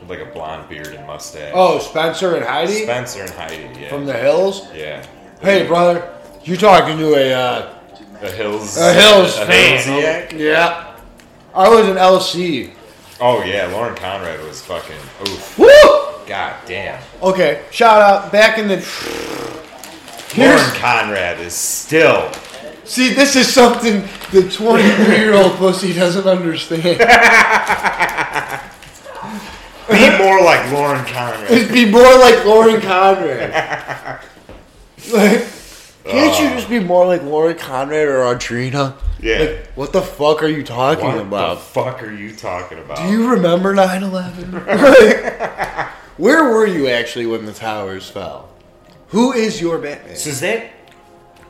with, like a blonde beard and mustache.
Oh, Spencer and Heidi
Spencer and Heidi, yeah.
from the hills.
yeah.
Hey, brother, you talking to a uh,
The Hills.
a hills
a
fan?
Hillsiac?
Yeah. I was an LC.
Oh yeah, Lauren Conrad was fucking oof.
Woo!
God damn.
Okay, shout out back in the. Here's,
Lauren Conrad is still
see, this is something the 23 year old pussy doesn't understand.
be more like Lauren Conrad.
It'd be more like Lauren Conrad. like, can't you just be more like Lauren Conrad or Audrina?
Uh. Yeah.
Like, what the fuck are you talking
What
about?
the fuck are you talking about?
Do you remember 9 11? Where were you actually when the towers fell? Who is your Batman?
So is that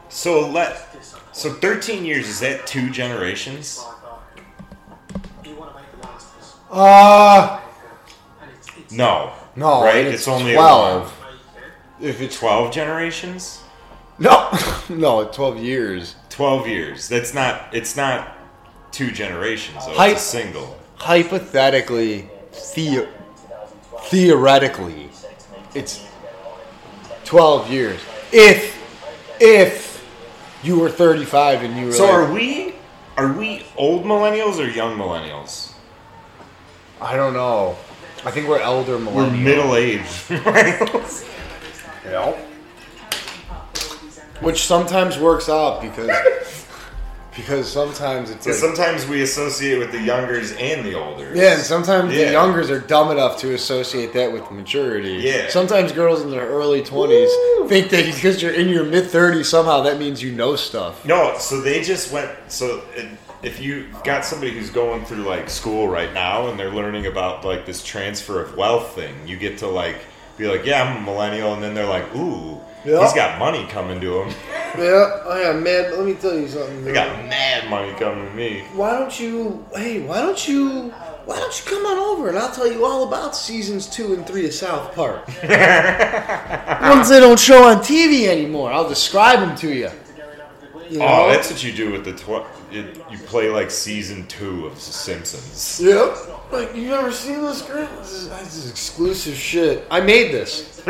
so let so thirteen years is that two generations?
Uh,
No.
no.
Right?
It's,
It's, only
12.
eleven.
If it's
Twelve generations?
No, no, 12 years.
Twelve years. That's not it's not two generations though.
Hype.
It's a single.
Hypothetically, theo- theoretically, it's 12 years. If, if you were 35 and you were
So
like,
are we are we old millennials or young millennials?
I don't know. I think we're elder
We're
millennials.
middle aged millennials.
Which sometimes works out because because sometimes it's
Because
like,
sometimes we associate with the youngers and the olders.
yeah, and sometimes
Yeah.
the youngers are dumb enough to associate that with maturity.
Yeah.
Sometimes girls in their early twenties think that because you're in your mid thirties somehow that means you know stuff.
No, so they just went. So it- if you got somebody who's going through like school right now and they're learning about like this transfer of wealth thing, you get to like be like, yeah, I'm a millennial, and then they're like, ooh,
Yeah.
he's got money coming to him.
Yeah, I am mad. Let me tell you something.
I got mad money coming to me.
Why don't you? Hey, why don't you? Why don't you come on over and I'll tell you all about seasons two and three of South Park. Ones they don't show on TV anymore. I'll describe them to you. you
Oh,
know?
that's what you do with the tw- it, you play like season two of The Simpsons.
Yep. Like you ever seen this girl? This is, this is exclusive shit. I made this.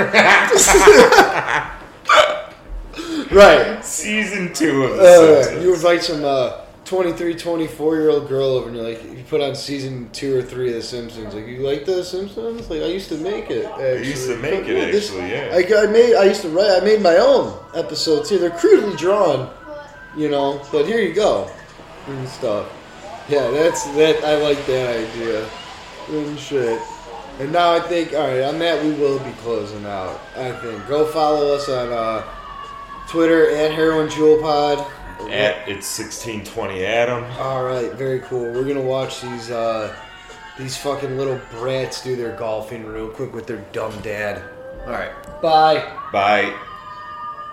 right.
Season two of The
Uh,
Simpsons.
you invite some uh, 23, 24 year old girl over and you're like, you put on season two or three of The Simpsons. Like, you like The Simpsons? Like, I used to make it. Actually.
used to make
But,
it,
this-
actually, yeah.
I, got- I made. I used to write. I made my own episodes here. They're crudely drawn, you know. But here you go, and stuff. Yeah, that's that. I like that idea. And shit. And now I think, all right, on that we will be closing out. I think. Go follow us on uh, Twitter at Heroin Jewel Pod.
At it's sixteen twenty Adam.
All right, very cool. We're gonna watch these uh, these fucking little brats do their golfing real quick with their dumb dad. All right, bye.
Bye.